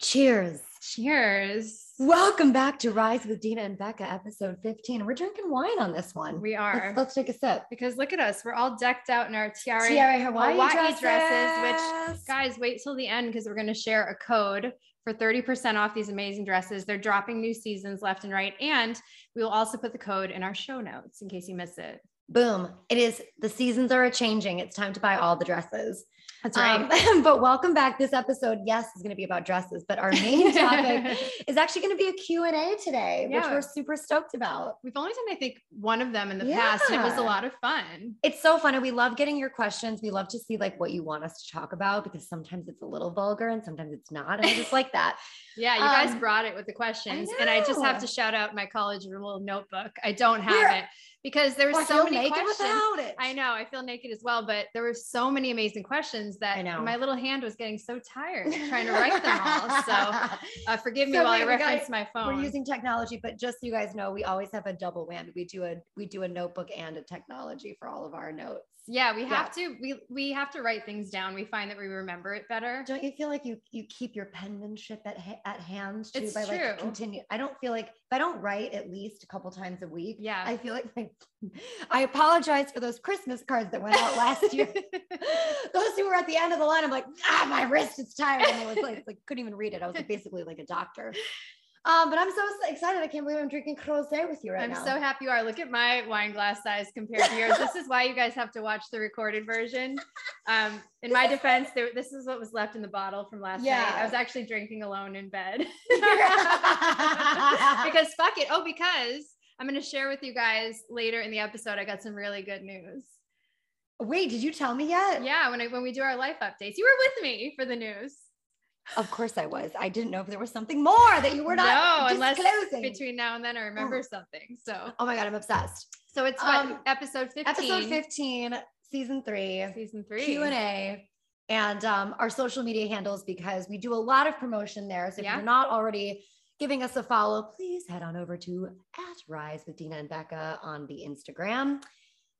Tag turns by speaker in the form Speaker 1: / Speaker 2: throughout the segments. Speaker 1: Cheers.
Speaker 2: Cheers.
Speaker 1: Welcome back to Rise with Dina and Becca, episode 15. We're drinking wine on this one.
Speaker 2: We
Speaker 1: Let's-
Speaker 2: are.
Speaker 1: Let's, take a sip.
Speaker 2: Because look at us. We're all decked out in our tiara.
Speaker 1: Tiara Hawaii,
Speaker 2: Hawaii dresses,
Speaker 1: dresses, which
Speaker 2: Guys, wait till the end because we're going to share a code for 30% off these amazing dresses. They're dropping new seasons left and right. And we will also put the code in our show notes in case you miss it.
Speaker 1: boom. It is the seasons are changing. It's time to buy all the dresses.
Speaker 2: That's right.
Speaker 1: Um, but welcome back. This episode, yes, is going to be about dresses, but our main topic is actually going to be a Q&A today, which
Speaker 2: Yeah.
Speaker 1: we're super stoked about.
Speaker 2: We've only done, I think, one of them in the past, and it was a
Speaker 1: Yeah.
Speaker 2: lot of fun.
Speaker 1: It's so fun and we love getting your questions. We love to see like what you want us to talk about because sometimes it's a little vulgar and sometimes it's not. And I just like that.
Speaker 2: Yeah, you guys
Speaker 1: Um,
Speaker 2: brought it with the questions, and I just
Speaker 1: know.
Speaker 2: have to shout out my college little notebook. I don't have
Speaker 1: We're-
Speaker 2: it because there
Speaker 1: Well,
Speaker 2: were
Speaker 1: I
Speaker 2: so
Speaker 1: feel
Speaker 2: many
Speaker 1: naked
Speaker 2: questions.
Speaker 1: without it.
Speaker 2: I know. I feel naked as well, but there were so many amazing questions that
Speaker 1: I know.
Speaker 2: my little hand was getting so tired trying to write them all. So um, uh, forgive me
Speaker 1: So
Speaker 2: while
Speaker 1: wait,
Speaker 2: I
Speaker 1: we gotta-
Speaker 2: reference my phone.
Speaker 1: We're using technology, but just so you guys know, we always have a double whammy. We do a we do a notebook and a technology for all of our notes.
Speaker 2: yeah, we have to. We we have to write things down. We find that we remember it better.
Speaker 1: Don't you feel like you you keep your penmanship at ha- at hand too
Speaker 2: It's
Speaker 1: by like
Speaker 2: true.
Speaker 1: continue? I don't feel like if I don't write at least a couple times a week,
Speaker 2: Yeah.
Speaker 1: I feel like my, I apologize for those Christmas cards that went out last year. those who were at the end of the line, I'm like, ah, my wrist is tired. And I was like, like couldn't even read it. I was like basically like a doctor. Um, but I'm so s- excited. I can't believe I'm drinking Crozet with you right
Speaker 2: I'm
Speaker 1: now.
Speaker 2: so happy you are. Look at my wine glass size compared to yours. this is why you guys have to watch the recorded version. Um, in my defense, there, this is what was left in the bottle from last night.
Speaker 1: Yeah.
Speaker 2: I was actually drinking alone in bed.
Speaker 1: happy.
Speaker 2: because fuck it. Oh, because I'm going to share with you guys later in the episode. I got some really good news.
Speaker 1: Wait, did you tell me yet?
Speaker 2: Yeah, when I, when we do our life updates, you were with me for the news.
Speaker 1: Of course I was. I didn't know if there was something more that you were not
Speaker 2: no, unless
Speaker 1: disclosing.
Speaker 2: between now and then I remember something. So
Speaker 1: oh my god, I'm obsessed.
Speaker 2: so it's what
Speaker 1: Um,
Speaker 2: episode 15,
Speaker 1: Episode 15, season 3.
Speaker 2: season three.
Speaker 1: Q&A and um, our social media handles because we do a lot of promotion there. So if
Speaker 2: Yeah.
Speaker 1: you're not already giving us a follow, please head on over to at Rise with Dina and Becca on the Instagram.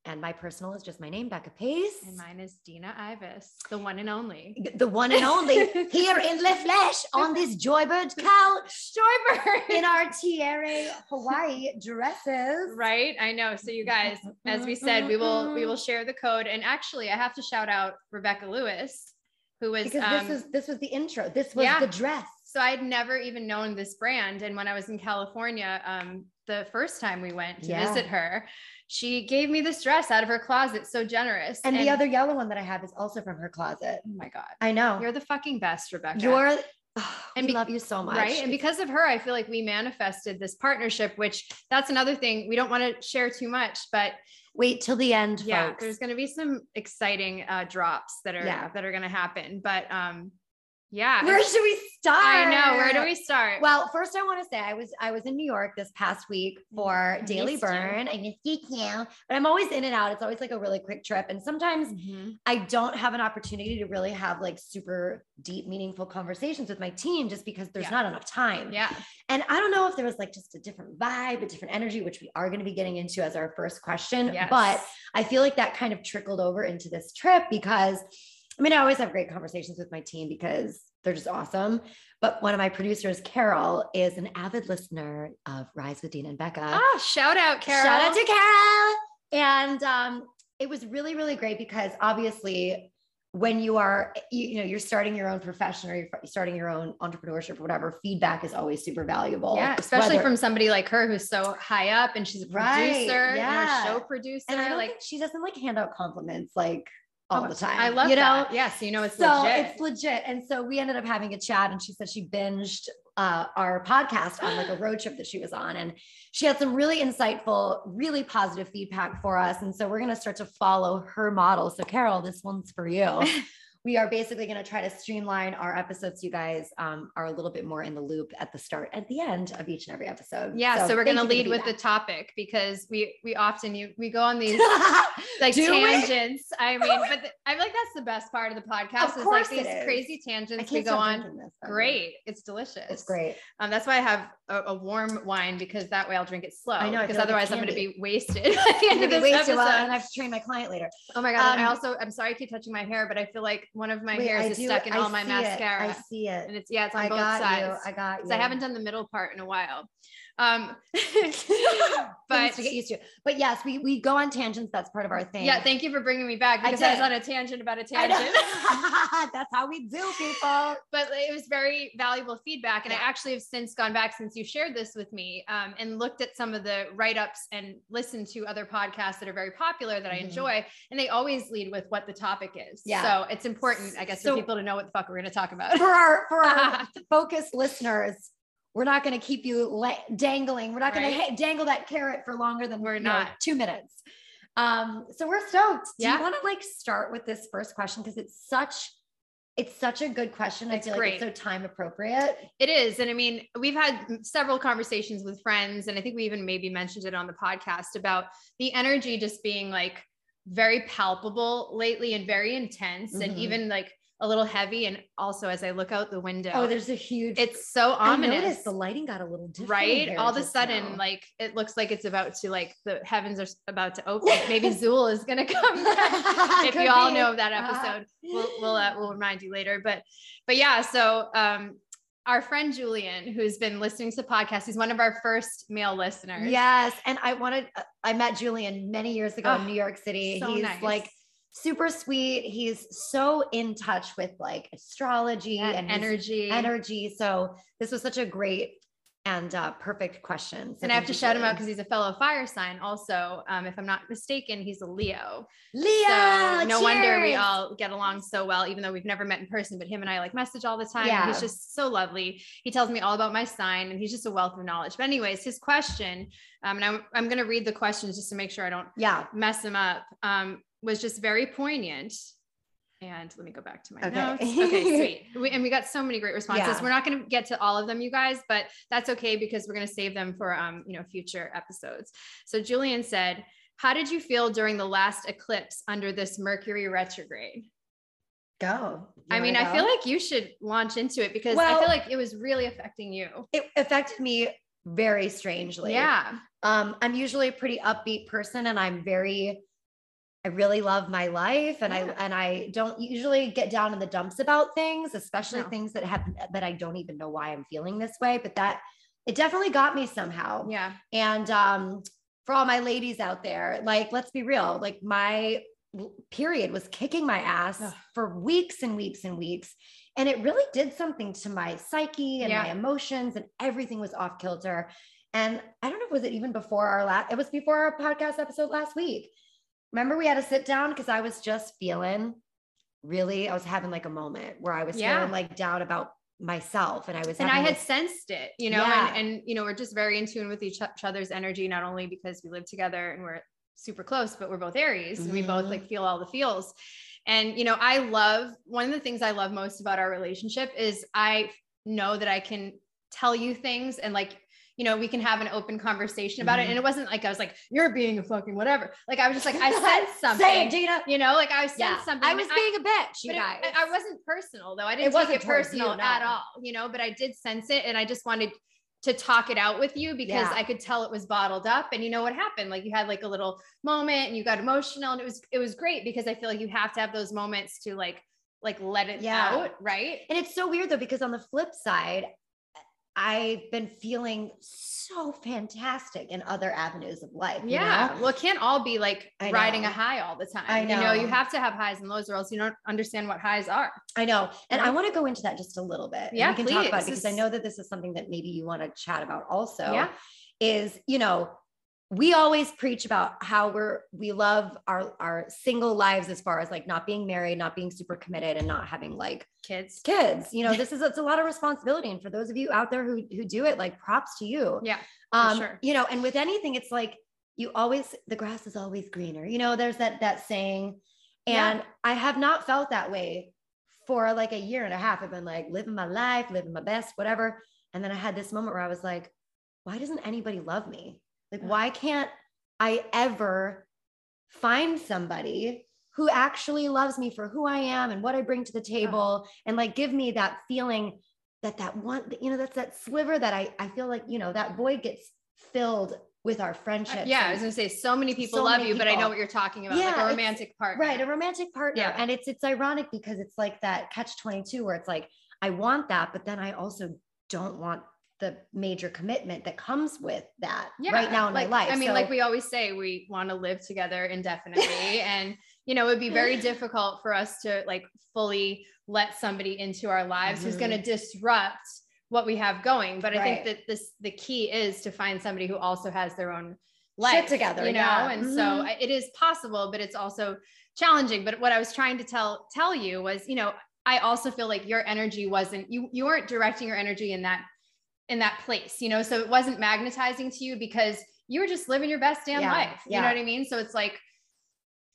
Speaker 1: And my personal is just my name, Becca Pace.
Speaker 2: And mine is Dina Ivis, the one and only.
Speaker 1: the one and only here in the flesh on this joybird couch
Speaker 2: Stoiber.
Speaker 1: in our tiare Hawaii dresses.
Speaker 2: right i know so you guys as we said we will we will share the code and actually i have to shout out rebecca lewis who was
Speaker 1: Because
Speaker 2: um,
Speaker 1: this was this was the intro. This was
Speaker 2: yeah.
Speaker 1: the dress.
Speaker 2: so I had never even known this brand. And when I was in California, um, the first time we went to
Speaker 1: Yeah.
Speaker 2: visit her, she gave me this dress out of her closet. So generous.
Speaker 1: And, the other yellow one that I have is also from her closet.
Speaker 2: oh my God,
Speaker 1: I know.
Speaker 2: you're the fucking best, Rebecca.
Speaker 1: You're and
Speaker 2: And
Speaker 1: we
Speaker 2: be-
Speaker 1: love you so much.
Speaker 2: Right. And
Speaker 1: It's-
Speaker 2: because of her, I feel like we manifested this partnership, which that's another thing. We don't want to share too much, but
Speaker 1: wait till the end,
Speaker 2: yeah,
Speaker 1: folks.
Speaker 2: there's going to be some exciting uh, drops that are,
Speaker 1: Yeah.
Speaker 2: that are going to happen. But um, yeah,
Speaker 1: where should we start?
Speaker 2: I know. Where do we start?
Speaker 1: Well, first I want to say I was I was in New York this past week for
Speaker 2: I
Speaker 1: Daily
Speaker 2: missed you.
Speaker 1: Burn. I missed you too. But I'm always in and out. It's always like a really quick trip. And sometimes
Speaker 2: Mhm.
Speaker 1: I don't have an opportunity to really have like super deep, meaningful conversations with my team just because there's
Speaker 2: Yeah.
Speaker 1: not enough time.
Speaker 2: yeah.
Speaker 1: And I don't know if there was like just a different vibe, a different energy, which we are going to be getting into as our first question.
Speaker 2: Yes.
Speaker 1: But I feel like that kind of trickled over into this trip because I mean, I always have great conversations with my team because they're just awesome. But one of my producers, Carol, is an avid listener of Rise with Dean and Becca.
Speaker 2: Ah, shout out, Carol.
Speaker 1: Shout out to Carol. And um, it was really, really great because obviously, when you are, you, you know, you're starting your own profession or you're fr- starting your own entrepreneurship or whatever, feedback is always super valuable.
Speaker 2: Yeah, especially
Speaker 1: Whether-
Speaker 2: from somebody like her who's so high up and she's a producer,
Speaker 1: Right,
Speaker 2: and
Speaker 1: yeah.
Speaker 2: a show producer.
Speaker 1: and I don't
Speaker 2: like Oh, um,
Speaker 1: think she doesn't like hand out compliments like all the time.
Speaker 2: I love
Speaker 1: you know.
Speaker 2: that. Yeah, so you know it's
Speaker 1: so
Speaker 2: legit.
Speaker 1: it's legit. And so we ended up having a chat, and she said she binged uh, our podcast on like a road trip that she was on, and she had some really insightful, really positive feedback for us. And so we're gonna start to follow her model. So Carol, this one's for you. We are basically going to try to streamline our episodes. You guys um, are a little bit more in the loop at the start, at the end of each and every episode.
Speaker 2: yeah, so, we're
Speaker 1: thank
Speaker 2: gonna
Speaker 1: you for
Speaker 2: lead with the
Speaker 1: feedback.
Speaker 2: topic because we we often you we go on these like
Speaker 1: Do we?
Speaker 2: tangents. I mean, but th- I feel like that's the best part of the podcast.
Speaker 1: Of
Speaker 2: is
Speaker 1: course
Speaker 2: like
Speaker 1: it
Speaker 2: these
Speaker 1: is.
Speaker 2: crazy
Speaker 1: I
Speaker 2: tangents we
Speaker 1: can't
Speaker 2: go
Speaker 1: stop
Speaker 2: on.
Speaker 1: drinking this. by the way.
Speaker 2: Great. It's delicious.
Speaker 1: It's great.
Speaker 2: Um, that's why I have a, a warm wine because that way I'll drink it slow.
Speaker 1: I know, I
Speaker 2: Because
Speaker 1: feel like
Speaker 2: otherwise I'm going to
Speaker 1: candy.
Speaker 2: be wasted at the end
Speaker 1: Maybe
Speaker 2: of this
Speaker 1: waste it
Speaker 2: episode.
Speaker 1: well, and I have to train my client later.
Speaker 2: oh my god! and I
Speaker 1: Um,
Speaker 2: also I'm sorry I keep touching my hair, but I feel like one of my
Speaker 1: Wait, I
Speaker 2: hairs is
Speaker 1: do-
Speaker 2: stuck in
Speaker 1: I
Speaker 2: all my
Speaker 1: see it.
Speaker 2: mascara,
Speaker 1: I see it.
Speaker 2: and it's yeah, it's on
Speaker 1: I
Speaker 2: both
Speaker 1: got
Speaker 2: sides.
Speaker 1: you. I got you.
Speaker 2: Because I haven't done the middle part in a while. Um,
Speaker 1: Things
Speaker 2: but
Speaker 1: to get used to. But yes, we we go on tangents. That's part of our thing.
Speaker 2: yeah, thank you for bringing me back
Speaker 1: I
Speaker 2: because I, was
Speaker 1: did.
Speaker 2: on a tangent about a
Speaker 1: I
Speaker 2: tangent.
Speaker 1: know. That's how we do, people.
Speaker 2: but it was very valuable feedback. And I
Speaker 1: Yeah.
Speaker 2: actually have since gone back since you shared this with me um, and looked at some of the write ups and listened to other podcasts that are very popular that I
Speaker 1: Mhm.
Speaker 2: enjoy. And they always lead with what the topic is.
Speaker 1: Yeah.
Speaker 2: So it's important, I guess,
Speaker 1: So-
Speaker 2: for people to know what the fuck we're going to talk about.
Speaker 1: For our for our focused listeners, we're not going to keep you la- dangling. We're not going
Speaker 2: Right.
Speaker 1: to ha- dangle that carrot for longer than
Speaker 2: We're
Speaker 1: you know,
Speaker 2: not.
Speaker 1: two minutes. Um, so we're stoked. Do
Speaker 2: Yeah.
Speaker 1: you want to like start with this first question because it's such it's such a good question. I
Speaker 2: It's
Speaker 1: feel like
Speaker 2: great.
Speaker 1: it's so time appropriate.
Speaker 2: It is. And I mean, we've had several conversations with friends, and I think we even maybe mentioned it on the podcast about the energy just being like very palpable lately and very intense and
Speaker 1: Mhm.
Speaker 2: even like a little heavy. And also, as I look out the window,
Speaker 1: Oh, there's a huge.
Speaker 2: it's so
Speaker 1: I
Speaker 2: ominous.
Speaker 1: noticed the lighting got a little different.
Speaker 2: Right,
Speaker 1: here
Speaker 2: all of a
Speaker 1: just
Speaker 2: sudden,
Speaker 1: now.
Speaker 2: like it looks like it's about to, like the heavens are about to open. Maybe Zool is gonna come. down. if
Speaker 1: Could
Speaker 2: you all
Speaker 1: be.
Speaker 2: know of that
Speaker 1: Ah.
Speaker 2: episode, we'll we'll, uh, we'll remind you later. But but yeah, so um, our friend Julian, who's been listening to the podcast, he's one of our first male listeners.
Speaker 1: Yes, and I wanted. uh, I met Julian many years ago
Speaker 2: Oh,
Speaker 1: in New York City.
Speaker 2: so
Speaker 1: He's
Speaker 2: nice.
Speaker 1: like super sweet. He's so in touch with like astrology
Speaker 2: Yeah,
Speaker 1: and his
Speaker 2: energy,
Speaker 1: energy. So this was such a great and uh, perfect question. So
Speaker 2: And I have
Speaker 1: thank
Speaker 2: to
Speaker 1: you,
Speaker 2: shout him
Speaker 1: Julian.
Speaker 2: out because he's a fellow fire sign. Also, um, if I'm not mistaken, he's a Leo.
Speaker 1: Leo.
Speaker 2: so no wonder we
Speaker 1: cheers!
Speaker 2: all get along so well, even though we've never met in person. But him and I like message all the time.
Speaker 1: Yeah.
Speaker 2: He's just so lovely. He tells me all about my sign, and he's just a wealth of knowledge. But anyways, his question, um, and I'm I'm gonna read the questions just to make sure I don't
Speaker 1: Yeah.
Speaker 2: mess them up. Um, was just very poignant. And let me go back to my
Speaker 1: Okay.
Speaker 2: notes. Okay, sweet. We, and we got so many great responses.
Speaker 1: Yeah.
Speaker 2: We're not going to get to all of them, you guys, but that's okay because we're going to save them for um, you know future episodes. So Julian said, "How did you feel during the last eclipse under this Mercury retrograde?"
Speaker 1: Go. You
Speaker 2: I
Speaker 1: wanna
Speaker 2: mean, I
Speaker 1: go?
Speaker 2: feel like you should launch into it because I
Speaker 1: Well-
Speaker 2: feel like it was really affecting you.
Speaker 1: it affected me very strangely.
Speaker 2: Yeah,
Speaker 1: Um, I'm usually a pretty upbeat person and I'm very I really love my life and
Speaker 2: Yeah.
Speaker 1: I and I don't usually get down in the dumps about things, especially
Speaker 2: No.
Speaker 1: things that have that I don't even know why I'm feeling this way, but that it definitely got me somehow.
Speaker 2: yeah,
Speaker 1: And um for all my ladies out there, like let's be real, like my w- period was kicking my ass
Speaker 2: Ugh.
Speaker 1: for weeks and weeks and weeks and it really did something to my psyche and
Speaker 2: Yeah.
Speaker 1: my emotions and everything was off kilter and i don't know was it even before our last it was before our podcast episode last week remember we had a sit down because i was just feeling really i was having like a moment where i was
Speaker 2: Yeah.
Speaker 1: feeling like down about myself and i was
Speaker 2: and I
Speaker 1: having
Speaker 2: had
Speaker 1: this-
Speaker 2: sensed it, you know,
Speaker 1: Yeah.
Speaker 2: and, and you know, we're just very in tune with each each other's energy, not only because we live together and we're super close, but we're both Aries and we both
Speaker 1: Mhm.
Speaker 2: like feel all the feels. And you know, I love one of the things I love most about our relationship is I know that I can tell you things and like you know we can have an open conversation about it
Speaker 1: Mhm.
Speaker 2: and it wasn't like i was like you're being a fucking whatever like i was just like i said something
Speaker 1: Say it, Gina.
Speaker 2: you know like i said
Speaker 1: Yeah.
Speaker 2: something
Speaker 1: I
Speaker 2: and
Speaker 1: was being a bitch, you
Speaker 2: but it-
Speaker 1: guys.
Speaker 2: I- I wasn't personal though. I didn't take
Speaker 1: wasn't
Speaker 2: it
Speaker 1: towards you,
Speaker 2: personal at
Speaker 1: no.
Speaker 2: all, you know, but I did sense it and I just wanted to talk it out with you because
Speaker 1: Yeah.
Speaker 2: I could tell it was bottled up and you know what happened? Like you had like a little moment and you got emotional and it was it was great because I feel like you have to have those moments to like like let it
Speaker 1: Yeah.
Speaker 2: out, right?
Speaker 1: And it's so weird though, because on the flip side, I've been feeling so fantastic in other avenues of life. you
Speaker 2: Yeah.
Speaker 1: know?
Speaker 2: Well, it can't all be like
Speaker 1: I
Speaker 2: riding a
Speaker 1: know.
Speaker 2: high all the time.
Speaker 1: I
Speaker 2: You know, you
Speaker 1: know.
Speaker 2: have to have highs and lows or else you don't understand what highs are.
Speaker 1: I know. And
Speaker 2: Right.
Speaker 1: I want to go into that just a little bit. and
Speaker 2: Mm-hmm. Yeah,
Speaker 1: We can talk about
Speaker 2: please.
Speaker 1: it because I know that this is something that maybe you want to chat about also.
Speaker 2: Yeah.
Speaker 1: Is, you know, we always preach about how we're we love our our single lives as far as like not being married, not being super committed, and not having like
Speaker 2: Kids.
Speaker 1: kids. You know, this is it's a lot of responsibility. And for those of you out there who who do it, like props to you.
Speaker 2: Yeah,
Speaker 1: Um,
Speaker 2: sure.
Speaker 1: you know, and with anything, it's like you always the grass is always greener. You know, there's that that saying.
Speaker 2: Yeah.
Speaker 1: And I have not felt that way for like a year and a half. I've been like living my life, living my best, whatever. And then I had this moment where I was like, why doesn't anybody love me? Like,
Speaker 2: Ugh.
Speaker 1: why can't I ever find somebody who actually loves me for who I am and what I bring to the table and like give me that feeling that that one you know that's that sliver that I I feel like you know that void gets filled with our friendship.
Speaker 2: Uh, yeah, I was gonna say so many people
Speaker 1: So
Speaker 2: love
Speaker 1: many
Speaker 2: you, but I know
Speaker 1: people.
Speaker 2: what you're talking about,
Speaker 1: Yeah,
Speaker 2: like a
Speaker 1: it's-
Speaker 2: romantic part,
Speaker 1: right a romantic partner
Speaker 2: Yeah.
Speaker 1: and it's it's ironic because it's like that catch 22 where it's like i want that but then i also don't want the major commitment that comes with that right now in
Speaker 2: like,
Speaker 1: my life
Speaker 2: I mean,
Speaker 1: So-
Speaker 2: like we always say, we want to live together indefinitely. and, you know, it'd be very difficult for us to like fully let somebody into our lives who's
Speaker 1: Mhm.
Speaker 2: going to disrupt what we have going. But I
Speaker 1: Right.
Speaker 2: think that this, the key is to find somebody who also has their own life
Speaker 1: together,
Speaker 2: you know?
Speaker 1: yeah.
Speaker 2: And so
Speaker 1: Mhm.
Speaker 2: I- it is possible, but it's also challenging. But what I was trying to tell, tell you was, you know, I also feel like your energy wasn't, you, you weren't directing your energy in that in that place, you know, so it wasn't magnetizing to you because you were just living your best damn
Speaker 1: Yeah,
Speaker 2: life. You know
Speaker 1: yeah.
Speaker 2: what I mean? So it's like,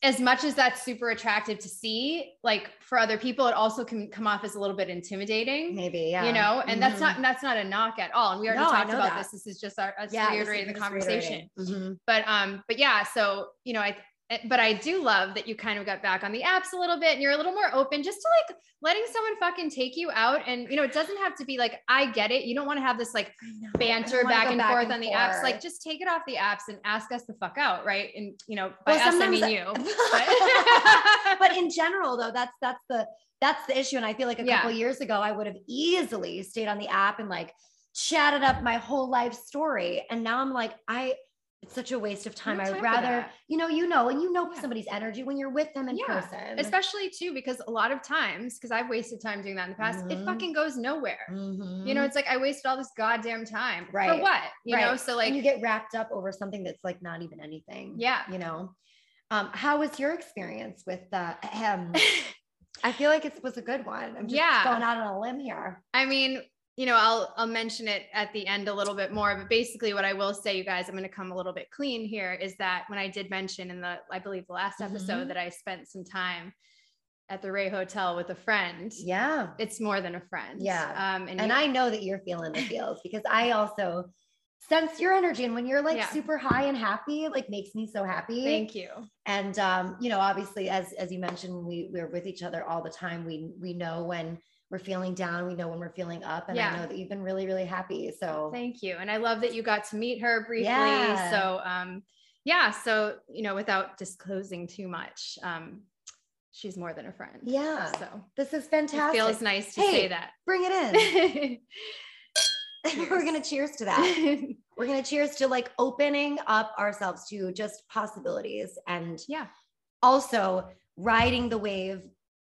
Speaker 2: as much as that's super attractive to see, like for other people, it also can come off as a little bit intimidating,
Speaker 1: maybe yeah
Speaker 2: you know, and that's
Speaker 1: Mhm.
Speaker 2: not, that's not a knock at all. And we already
Speaker 1: No, I
Speaker 2: talked
Speaker 1: know
Speaker 2: about
Speaker 1: that.
Speaker 2: this. This is just our, us
Speaker 1: yeah
Speaker 2: reiterating the conversation,
Speaker 1: Mhm.
Speaker 2: but, um, but yeah, so, you know, I, eh, but I do love that you kind of got back on the apps a little bit and you're a little more open just to like letting someone fucking take you out. And, you know, it doesn't have to be like, I get it. You don't want to have this like
Speaker 1: I know, I
Speaker 2: banter
Speaker 1: don't wanna
Speaker 2: back
Speaker 1: go
Speaker 2: and forth on the apps.
Speaker 1: forth.
Speaker 2: Like, just take it off the apps and ask us the fuck out, right? And you know, by
Speaker 1: Well,
Speaker 2: us, I
Speaker 1: sometimes
Speaker 2: mean you.
Speaker 1: but
Speaker 2: But-
Speaker 1: in general though that's that's the that's the issue and i feel like a
Speaker 2: Yeah.
Speaker 1: couple years ago i would have easily stayed on the app and like chatted up my whole life story and now i'm like i it's such a waste of time
Speaker 2: have time
Speaker 1: i'd
Speaker 2: for
Speaker 1: rather
Speaker 2: that.
Speaker 1: you know you know and you know
Speaker 2: Yeah.
Speaker 1: somebody's energy when you're with them in
Speaker 2: Yeah.
Speaker 1: person
Speaker 2: Especially too, because a lot of times, because I've wasted time doing that in the past, it
Speaker 1: Mhm.
Speaker 2: fucking goes nowhere. You know,
Speaker 1: Mhm.
Speaker 2: it's like I wasted all this goddamn time for
Speaker 1: Right.
Speaker 2: what? You know,
Speaker 1: Right.
Speaker 2: so like,
Speaker 1: and you get wrapped up over something that's like not even anything
Speaker 2: Yeah.
Speaker 1: you know um how was your experience with the ahem? i feel like it was a good one i'm just
Speaker 2: Yeah.
Speaker 1: going out on a limb here
Speaker 2: I mean, you know, I'll I'll mention it at the end a little bit more, but basically what I will say, you guys, I'm gonna come a little bit clean here, is that when I did mention in the I believe the last
Speaker 1: Mhm.
Speaker 2: episode that I spent some time at the Ray Hotel with a friend.
Speaker 1: yeah
Speaker 2: It's more than a friend.
Speaker 1: Yeah.
Speaker 2: Um and,
Speaker 1: And
Speaker 2: you-
Speaker 1: I know that you're feeling the feels because I also sense your energy. And when you're like
Speaker 2: Yeah.
Speaker 1: super high and happy, it like makes me so happy.
Speaker 2: thank you.
Speaker 1: and um, you know, obviously, as as you mentioned, we we're with each other all the time. We we know when we're feeling down, we know when we're feeling up. And I
Speaker 2: Yeah.
Speaker 1: know that you've been really, really happy. So
Speaker 2: Thank you. And I love that you got to meet her briefly.
Speaker 1: Yeah.
Speaker 2: So um yeah, so you know, without disclosing too much, um, she's more than a friend.
Speaker 1: Yeah.
Speaker 2: So
Speaker 1: this is
Speaker 2: it
Speaker 1: fantastic.
Speaker 2: feels nice to
Speaker 1: Hey.
Speaker 2: say that.
Speaker 1: Bring it in. we're gonna cheers to that. We're gonna cheers to like opening up ourselves to just possibilities and
Speaker 2: yeah.
Speaker 1: also riding the wave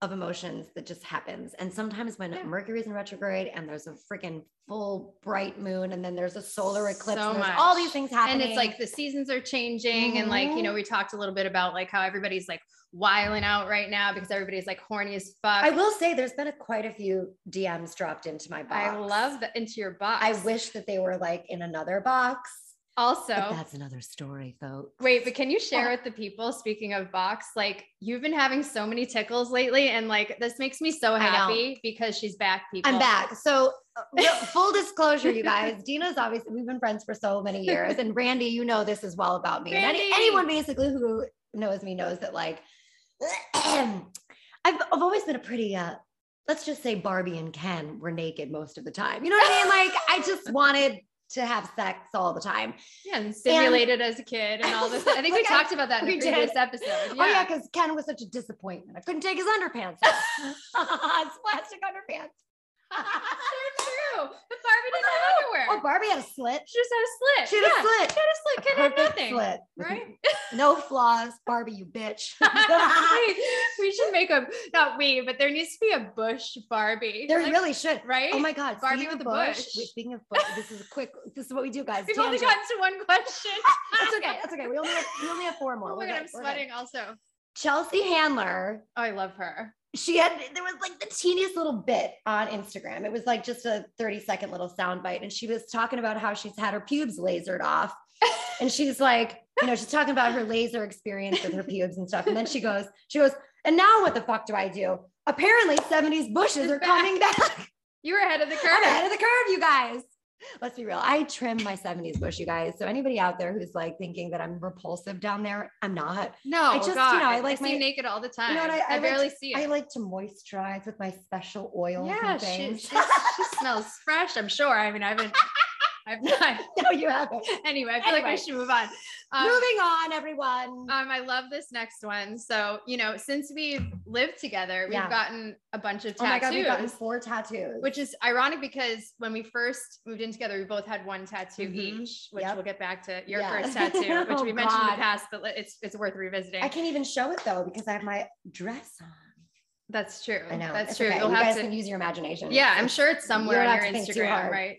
Speaker 1: of emotions that just happens. And sometimes when
Speaker 2: Yeah.
Speaker 1: Mercury's in retrograde and there's a freaking full bright moon and then there's a solar eclipse,
Speaker 2: So
Speaker 1: and there's
Speaker 2: much.
Speaker 1: all these things
Speaker 2: and
Speaker 1: happening.
Speaker 2: it's like the seasons are changing and like you know
Speaker 1: Mhm.
Speaker 2: we talked a little bit about like how everybody's like wiling out right now because everybody's like horny as fuck
Speaker 1: I will say there's been a, quite a few DMs dropped into my box.
Speaker 2: I love that into your box
Speaker 1: I wish that they were like in another box. but
Speaker 2: also
Speaker 1: that's another story, folks.
Speaker 2: wait but can you share with the people speaking of box like you've been having so many tickles lately and like this makes me so
Speaker 1: know.
Speaker 2: happy because she's back people
Speaker 1: I'm back. So, uh, real- full disclosure, you guys, Dina's obviously, we've been friends for so many years. And Randy, you know this as well about me. And any,
Speaker 2: Randy!
Speaker 1: anyone basically who knows me knows that, like, I've, I've always been a pretty, uh, let's just say Barbie and Ken were naked most of the time. You know what I mean? Like, I just wanted to have sex all the time.
Speaker 2: yeah and simulated as a kid and all this I think we
Speaker 1: Like, I-
Speaker 2: talked about that in
Speaker 1: we
Speaker 2: the
Speaker 1: did.
Speaker 2: previous episode
Speaker 1: Oh yeah, because Ken was such a disappointment. I couldn't take his underpants off. His plastic underpants.
Speaker 2: so true but Barbie didn't
Speaker 1: I
Speaker 2: have underwear
Speaker 1: Oh, Barbie had a slit.
Speaker 2: she just had a slit
Speaker 1: She had
Speaker 2: yeah.
Speaker 1: a slit.
Speaker 2: She had a slit kid had
Speaker 1: Perfect
Speaker 2: nothing
Speaker 1: slit.
Speaker 2: right
Speaker 1: no flaws, Barbie, you bitch.
Speaker 2: we, we should make a not we, but there needs to be a bush Barbie.
Speaker 1: there
Speaker 2: Like,
Speaker 1: really should.
Speaker 2: right?
Speaker 1: Oh my God,
Speaker 2: Barbie
Speaker 1: speaking
Speaker 2: with
Speaker 1: of
Speaker 2: a
Speaker 1: Bush-
Speaker 2: bush.
Speaker 1: Wait, speaking of Bush, this is a quick. This is what we do, guys.
Speaker 2: We've only
Speaker 1: Tangent.
Speaker 2: gotten to one question.
Speaker 1: That's okay. That's okay. We only have, we only have four more.
Speaker 2: Oh my
Speaker 1: We're
Speaker 2: god,
Speaker 1: good.
Speaker 2: I'm
Speaker 1: We're good.
Speaker 2: sweating also.
Speaker 1: Chelsea Handler.
Speaker 2: Oh, I love her.
Speaker 1: She had there was like the teeniest little bit on Instagram. It was like just a 30 second little soundbite, and she was talking about how she's had her pubes lasered off, and she's like, you know, she's talking about her laser experience with her pubes and stuff, and then she goes, she goes, and now what the fuck do I do? Apparently, 70s bushes
Speaker 2: It's
Speaker 1: are
Speaker 2: back.
Speaker 1: coming back.
Speaker 2: You were ahead of the
Speaker 1: I'm
Speaker 2: curve.
Speaker 1: ahead of the curve, you guys. Let's be real. I trim my 70s bush, you guys. So anybody out there who's like thinking that I'm repulsive down there, I'm not.
Speaker 2: No,
Speaker 1: I just, you
Speaker 2: God,
Speaker 1: know, I like
Speaker 2: see you
Speaker 1: my-
Speaker 2: naked all the time.
Speaker 1: what? I-
Speaker 2: I,
Speaker 1: I like
Speaker 2: barely see it.
Speaker 1: I like to moisturize with my special oils
Speaker 2: yeah,
Speaker 1: and
Speaker 2: she,
Speaker 1: things.
Speaker 2: she, she smells fresh. I'm sure. I mean, I haven't. I've not.
Speaker 1: no, you haven't.
Speaker 2: Anyway, I feel like I
Speaker 1: Anyway.
Speaker 2: should move on. Um,
Speaker 1: Moving on, everyone.
Speaker 2: um, I love this next one. So, you know, since we've lived together, we've
Speaker 1: Yeah.
Speaker 2: gotten a bunch of
Speaker 1: oh my god, we've
Speaker 2: tattoos,
Speaker 1: gotten four tattoos.
Speaker 2: which is ironic because when we first moved in together, we both had one tattoo
Speaker 1: Mhm.
Speaker 2: each, which
Speaker 1: Yep.
Speaker 2: we'll get back to your
Speaker 1: Yeah.
Speaker 2: first tattoo, which
Speaker 1: Oh,
Speaker 2: we mentioned in
Speaker 1: God.
Speaker 2: the past, but it's it's worth revisiting.
Speaker 1: I can't even show it though because I have my dress on.
Speaker 2: That's true.
Speaker 1: I know.
Speaker 2: Oh, That's
Speaker 1: it's
Speaker 2: true.
Speaker 1: okay.
Speaker 2: You'll
Speaker 1: you
Speaker 2: have
Speaker 1: guys
Speaker 2: to
Speaker 1: can use your imagination.
Speaker 2: Yeah, I'm
Speaker 1: It's-
Speaker 2: sure it's somewhere
Speaker 1: don't
Speaker 2: on your
Speaker 1: have to think too
Speaker 2: Instagram,
Speaker 1: hard.
Speaker 2: right?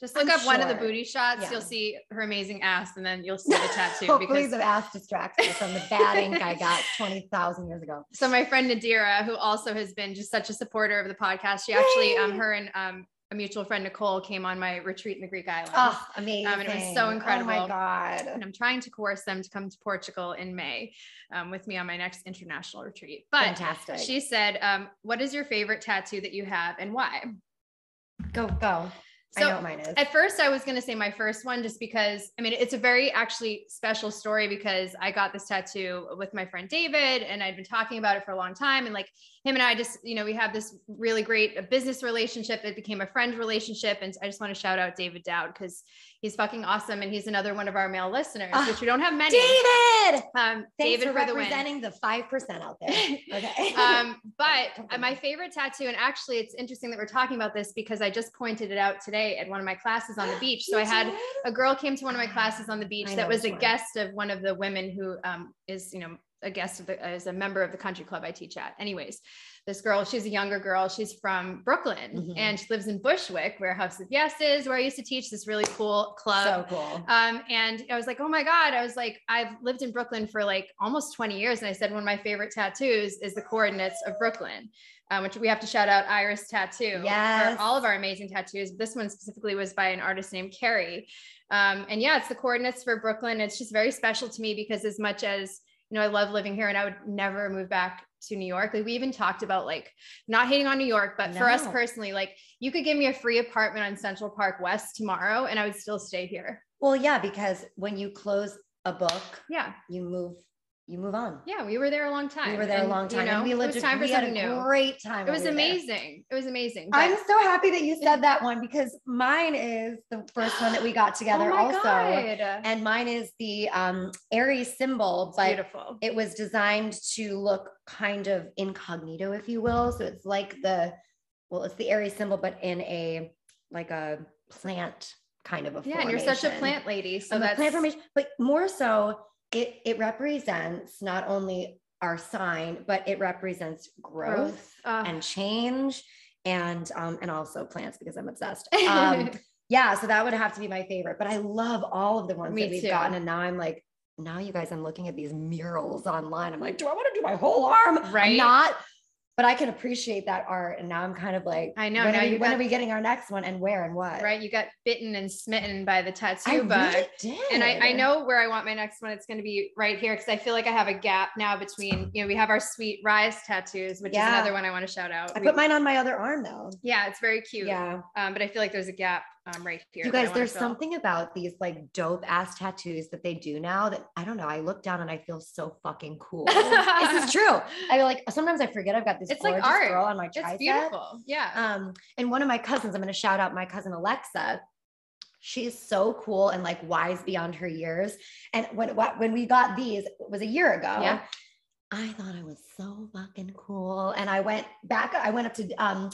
Speaker 2: Just look
Speaker 1: I'm
Speaker 2: up one of the
Speaker 1: sure.
Speaker 2: booty shots.
Speaker 1: Yeah. Oh,
Speaker 2: You'll see her amazing ass, and then you'll see the tattoo.
Speaker 1: Hopefully,
Speaker 2: because
Speaker 1: the ass distracts me from the bad ink I got 20,000 years ago.
Speaker 2: so my friend Nadira, who also has been just such a supporter of the podcast, she actually, um,
Speaker 1: Yay!
Speaker 2: her and um, a mutual friend Nicole came on my retreat in the Greek island.
Speaker 1: Oh, amazing.
Speaker 2: Um, and it was so incredible.
Speaker 1: Oh my God.
Speaker 2: And I'm trying to coerce them to come to Portugal in May um, with me on my next international retreat. But
Speaker 1: Fantastic.
Speaker 2: she said, um, What is your favorite tattoo that you have and why?
Speaker 1: go, go. I know
Speaker 2: So
Speaker 1: what mine is.
Speaker 2: At first, I was going to say my first one just because, I mean, it's a very actually special story because I got this tattoo with my friend David and I'd been talking about it for a long time. And like him and I just, you know, we have this really great uh, business relationship that became a friend relationship. And I just want to shout out David Dowd because he's fucking awesome. And he's another one of our male listeners,
Speaker 1: Ah,
Speaker 2: which we don't have many.
Speaker 1: David.
Speaker 2: um,
Speaker 1: Thanks
Speaker 2: David
Speaker 1: for
Speaker 2: for the win.
Speaker 1: representing the, 5% out there. Okay.
Speaker 2: um,
Speaker 1: Don't
Speaker 2: but
Speaker 1: worry.
Speaker 2: my favorite tattoo, and actually, it's interesting that we're talking about this because I just pointed it out today at one of my classes on the beach. So
Speaker 1: You
Speaker 2: I had
Speaker 1: did?
Speaker 2: a girl came to one of my classes on the beach
Speaker 1: I know
Speaker 2: that was
Speaker 1: which
Speaker 2: a
Speaker 1: one.
Speaker 2: guest of one of the women who um, is, you know, a guest of the, is a member of the country club I teach at. Anyways, this girl, she's a younger girl. She's from Brooklyn
Speaker 1: Mhm.
Speaker 2: and she lives in Bushwick, where House of Yes is, where I used to teach this really cool club.
Speaker 1: so cool.
Speaker 2: Um, and I was like, oh my God. I was like, I've lived in Brooklyn for like almost 20 years. And I said, one of my favorite tattoos is the coordinates of Brooklyn, um, which we have to shout out Iris Tattoo
Speaker 1: Yes.
Speaker 2: for all of our amazing tattoos. But This one specifically was by an artist named Carrie. Um, and yeah, it's the coordinates for Brooklyn. It's just very special to me because as much as, you know, I love living here and I would never move back to New York. Like we even talked about like not hating on New York, but for us
Speaker 1: No.
Speaker 2: personally, like you could give me a free apartment on Central Park West tomorrow and I would still stay here.
Speaker 1: Well, yeah, because when you close a book,
Speaker 2: Yeah.
Speaker 1: you move, you move on.
Speaker 2: Yeah, we were there a long time.
Speaker 1: We were there a
Speaker 2: and,
Speaker 1: long
Speaker 2: you
Speaker 1: time. and
Speaker 2: know,
Speaker 1: we lived
Speaker 2: it was time
Speaker 1: we
Speaker 2: for something
Speaker 1: had a
Speaker 2: new.
Speaker 1: great time.
Speaker 2: It
Speaker 1: when
Speaker 2: was
Speaker 1: we were there.
Speaker 2: amazing. It was amazing. But
Speaker 1: I'm so happy that you said that one because mine is the first one that we got together
Speaker 2: oh my
Speaker 1: also.
Speaker 2: God.
Speaker 1: And mine is the um Aries symbol,
Speaker 2: It's
Speaker 1: but
Speaker 2: beautiful.
Speaker 1: it was designed to look kind of incognito, if you will. So it's like the well, it's the Aries symbol, but in a like a plant kind of a
Speaker 2: yeah, and you're such a
Speaker 1: formation.
Speaker 2: plant lady. So
Speaker 1: I'm a
Speaker 2: that's
Speaker 1: plant formation, but more so it it represents not only our sign, but it represents growth
Speaker 2: Uh,
Speaker 1: and change and um and also plants because I'm obsessed. Um yeah, so that would have to be my favorite. But I love all of the ones
Speaker 2: Me
Speaker 1: that we've
Speaker 2: too.
Speaker 1: gotten. And now I'm like, now you guys, I'm looking at these murals online. I'm like, do I want to do my whole arm? I'm
Speaker 2: Right?
Speaker 1: not, but I can appreciate that art. And now I'm kind of like,
Speaker 2: I know,
Speaker 1: When,
Speaker 2: now
Speaker 1: are, we,
Speaker 2: you
Speaker 1: when
Speaker 2: got-
Speaker 1: are we getting our next one and where and what?
Speaker 2: right. You got bitten and smitten by the tattoo
Speaker 1: I
Speaker 2: bug.
Speaker 1: really did.
Speaker 2: and I, I know where I want my next one. It's going to be right here because I feel like I have a gap now between, you know, we have our sweet rise tattoos, which
Speaker 1: Yeah.
Speaker 2: is another one I want to shout out.
Speaker 1: I
Speaker 2: We-
Speaker 1: put mine on my other arm though.
Speaker 2: yeah, it's very cute.
Speaker 1: Yeah.
Speaker 2: Um, but I feel like there's a gap um, right here.
Speaker 1: You
Speaker 2: that I
Speaker 1: guys,
Speaker 2: wanna
Speaker 1: there's
Speaker 2: fill.
Speaker 1: something about these like dope ass tattoos that they do now that I don't know. I look down and I feel so fucking cool. this is true. I like sometimes I forget I've got this
Speaker 2: It's like
Speaker 1: gorgeous
Speaker 2: art.
Speaker 1: girl on my tricep.
Speaker 2: It's beautiful. Yeah.
Speaker 1: Um, and one of my cousins, I'm going to shout out my cousin Alexa. She's so cool and like wise beyond her years. And when wh- when we got these, it was a year ago.
Speaker 2: Yeah.
Speaker 1: I thought I was so fucking cool, and I went back. I went up to um,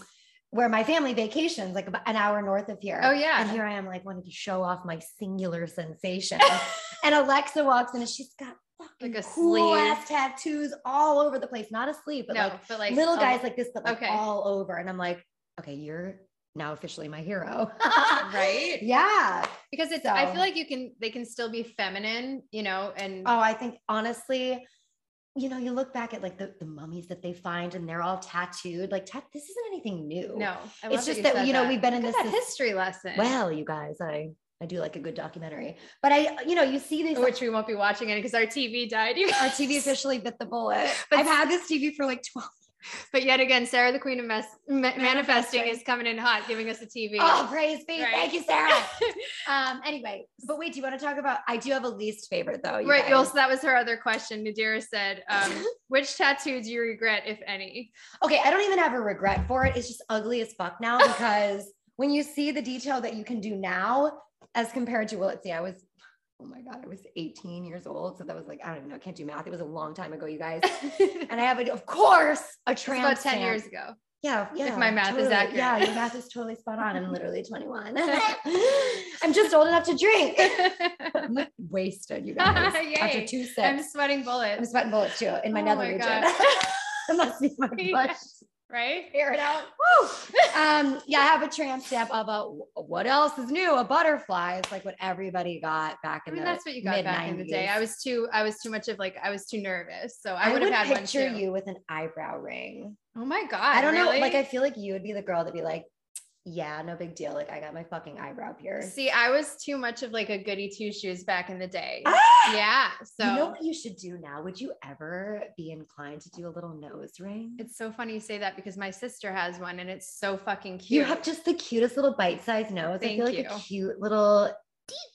Speaker 1: where my family vacations, like about an hour north of here.
Speaker 2: Oh, yeah.
Speaker 1: And here I am, like wanting to show off my singular sensation. and Alexa walks in, and she's got fucking
Speaker 2: a
Speaker 1: cool
Speaker 2: sleeve.
Speaker 1: ass tattoos all over the place. Not a sleeve, but
Speaker 2: no,
Speaker 1: like
Speaker 2: but like
Speaker 1: little
Speaker 2: a-
Speaker 1: guys like this, but like
Speaker 2: okay.
Speaker 1: all over. And I'm like, okay, you're now officially my hero.
Speaker 2: right?
Speaker 1: Yeah.
Speaker 2: Because it's. I
Speaker 1: So-
Speaker 2: feel like you can. They can still be feminine, you know, and
Speaker 1: Oh, I think honestly, you know, you look back at like the, the mummies that they find and they're all tattooed. Like, tat- this isn't anything new.
Speaker 2: no. I love
Speaker 1: It's just that,
Speaker 2: said
Speaker 1: you know, we've been in
Speaker 2: Look
Speaker 1: this.
Speaker 2: at that
Speaker 1: this-
Speaker 2: history lesson.
Speaker 1: well, you guys, I, I do like a good documentary, but I, you know, you see these.
Speaker 2: which we won't be watching it because our TV died. You
Speaker 1: our TV officially bit the bullet.
Speaker 2: But-
Speaker 1: I've had this TV for like 12
Speaker 2: But yet again, Sarah, the queen of mess, ma- manifesting, is coming in hot, giving us a TV.
Speaker 1: Oh, praise be.
Speaker 2: Right.
Speaker 1: Thank you, Sarah. um, anyway, but wait, do you want to talk about? I do have a least favorite though. you
Speaker 2: right.
Speaker 1: guys.
Speaker 2: Well, so that was her other question. Nadira said, um, which tattoo do you regret, if any?
Speaker 1: Okay, I don't even have a regret for it. It's just ugly as fuck now because when you see the detail that you can do now as compared to, well, let's see, I was, oh my God, I was 18 years old. So that was like, I don't even know, I can't do math. It was a long time ago, you guys.
Speaker 2: It's
Speaker 1: And I have, a, of course, a tramp
Speaker 2: about 10
Speaker 1: stamp.
Speaker 2: years ago.
Speaker 1: Yeah, yeah.
Speaker 2: my math is
Speaker 1: totally.
Speaker 2: accurate.
Speaker 1: Yeah, your math is totally spot on. I'm literally 21. I'm just old enough to drink. I'm like wasted, you guys. After
Speaker 2: Yay.
Speaker 1: two sips,
Speaker 2: I'm
Speaker 1: I'm,
Speaker 2: sweating bullets.
Speaker 1: sweating bullets too in my
Speaker 2: Oh
Speaker 1: nether
Speaker 2: my
Speaker 1: region.
Speaker 2: God.
Speaker 1: I must be my butt.
Speaker 2: right?
Speaker 1: Air it out. um, yeah, I have a tramp stamp about what else is new. A butterfly. It's like what everybody got back
Speaker 2: I
Speaker 1: in
Speaker 2: mean,
Speaker 1: the.
Speaker 2: that's what you got back in the day.
Speaker 1: mid-nineties.
Speaker 2: I was too, I was too much of like, I was too nervous. So I,
Speaker 1: I
Speaker 2: would have had one
Speaker 1: picture
Speaker 2: too.
Speaker 1: you with an eyebrow ring.
Speaker 2: Oh my God.
Speaker 1: I don't know.
Speaker 2: really?
Speaker 1: Like I feel like you would be the girl that'd be like, "Yeah, no big deal. Like I got my fucking eyebrow pierced."
Speaker 2: See, I was too much of like a goody two shoes back in the day.
Speaker 1: Ah!
Speaker 2: Yeah. So
Speaker 1: You know what you should do now? Would you ever be inclined to do a little nose ring?
Speaker 2: it's so funny you say that because my sister has one and it's so fucking cute.
Speaker 1: you have just the cutest little bite-sized nose. I
Speaker 2: Thank
Speaker 1: feel like
Speaker 2: you.
Speaker 1: a cute little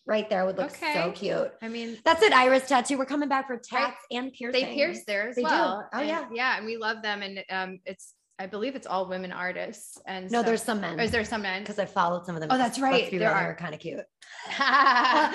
Speaker 1: right there would look so
Speaker 2: Okay.
Speaker 1: cute.
Speaker 2: I mean,
Speaker 1: That's it, Iris tattoo. We're coming back for tats and piercing.
Speaker 2: they pierce there as
Speaker 1: They do.
Speaker 2: well.
Speaker 1: Oh,
Speaker 2: And
Speaker 1: yeah.
Speaker 2: Yeah. And we love them. And um, it's, I believe it's all women artists. And
Speaker 1: No,
Speaker 2: so-
Speaker 1: there's some
Speaker 2: or is
Speaker 1: men
Speaker 2: there some men?
Speaker 1: because I followed some of them.
Speaker 2: Oh, that's right. There
Speaker 1: there
Speaker 2: are.
Speaker 1: are kind of cute.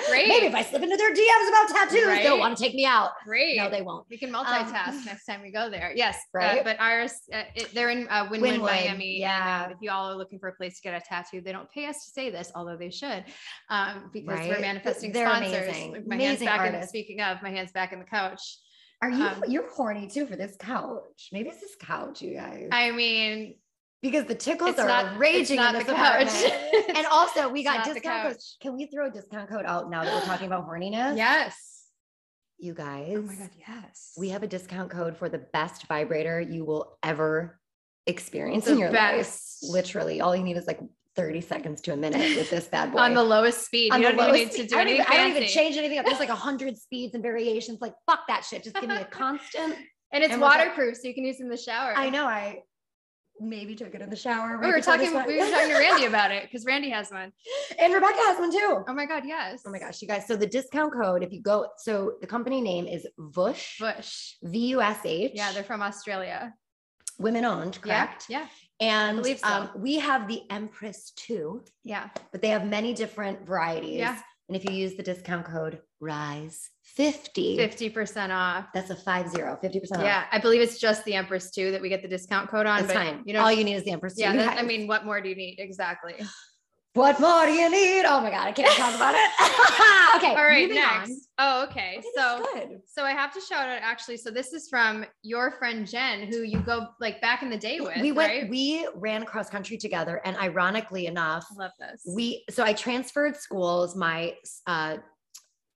Speaker 2: Great.
Speaker 1: Maybe if I slip into their DMs about tattoos, they'll
Speaker 2: Right?
Speaker 1: want to take me out.
Speaker 2: Great.
Speaker 1: No, they won't.
Speaker 2: we can multitask next time we go there. Yes. uh,
Speaker 1: Um, Right?
Speaker 2: but Iris, uh, it, they're in uh, Win Win,
Speaker 1: Win-Win,
Speaker 2: Miami.
Speaker 1: yeah.
Speaker 2: And, um, if you all are looking for a place to get a tattoo, they don't pay us to say this, although they should, um, because
Speaker 1: Right?
Speaker 2: we're manifesting
Speaker 1: They're
Speaker 2: sponsors.
Speaker 1: amazing.
Speaker 2: My
Speaker 1: Amazing
Speaker 2: hands back in,
Speaker 1: artists.
Speaker 2: speaking of, my hands back in the couch.
Speaker 1: Are you
Speaker 2: Um,
Speaker 1: you're horny too for this couch? Maybe it's this couch, you guys.
Speaker 2: I mean,
Speaker 1: because the tickles
Speaker 2: it's
Speaker 1: are
Speaker 2: not it's
Speaker 1: raging
Speaker 2: not
Speaker 1: in this
Speaker 2: the
Speaker 1: apartment.
Speaker 2: couch.
Speaker 1: and also, we
Speaker 2: It's
Speaker 1: got
Speaker 2: not the
Speaker 1: discount codes.
Speaker 2: couch.
Speaker 1: Can we throw a discount code out now that we're talking about horniness?
Speaker 2: yes.
Speaker 1: you guys.
Speaker 2: Oh my God. Yes.
Speaker 1: We have a discount code for the best vibrator you will ever experience in
Speaker 2: The
Speaker 1: your
Speaker 2: best.
Speaker 1: life. Literally, all you need is like 30 seconds to a minute with this bad boy.
Speaker 2: on the lowest speed.
Speaker 1: On
Speaker 2: you
Speaker 1: the
Speaker 2: don't even
Speaker 1: lowest
Speaker 2: need
Speaker 1: speed.
Speaker 2: to do
Speaker 1: I don't,
Speaker 2: anything
Speaker 1: even, I don't even
Speaker 2: fancy.
Speaker 1: change anything up. There's like a hundred speeds and variations. Like fuck that shit. Just give me a constant.
Speaker 2: And it's
Speaker 1: And we're talk-
Speaker 2: waterproof, so you can use it in the shower.
Speaker 1: I know. I maybe took it in the shower.
Speaker 2: We
Speaker 1: right
Speaker 2: were
Speaker 1: before this
Speaker 2: talking.
Speaker 1: one.
Speaker 2: We were talking to Randy about it because Randy has one.
Speaker 1: and Rebecca has one too.
Speaker 2: Oh my God, yes.
Speaker 1: Oh my gosh, you guys. So the discount code, if you go, so the company name is Vush,
Speaker 2: Bush.
Speaker 1: V U S H.
Speaker 2: Yeah, they're from Australia.
Speaker 1: women owned,
Speaker 2: Yeah,
Speaker 1: correct?
Speaker 2: Yeah,
Speaker 1: And
Speaker 2: believe so.
Speaker 1: um, we have the Empress 2,
Speaker 2: yeah.
Speaker 1: but they have many different varieties.
Speaker 2: Yeah.
Speaker 1: And if you use the discount code RISE50,
Speaker 2: Fifty percent off.
Speaker 1: that's a 50, 50% off.
Speaker 2: Yeah, I believe it's just the Empress too that we get the discount code on.
Speaker 1: That's
Speaker 2: but
Speaker 1: fine.
Speaker 2: You know,
Speaker 1: All you need is the Empress 2.
Speaker 2: yeah.
Speaker 1: you
Speaker 2: that- I
Speaker 1: guys.
Speaker 2: mean, what more do you need exactly?
Speaker 1: what more do you need? Oh my God, I can't talk about it. okay.
Speaker 2: All right,
Speaker 1: moving on.
Speaker 2: next. Oh, okay.
Speaker 1: Okay, this is
Speaker 2: So.
Speaker 1: good.
Speaker 2: So I have to shout out actually. So this is from your friend Jen, who you go like back in the day with.
Speaker 1: we went,
Speaker 2: Right?
Speaker 1: we ran cross country together. And ironically enough,
Speaker 2: I love this.
Speaker 1: we so i transferred schools my uh,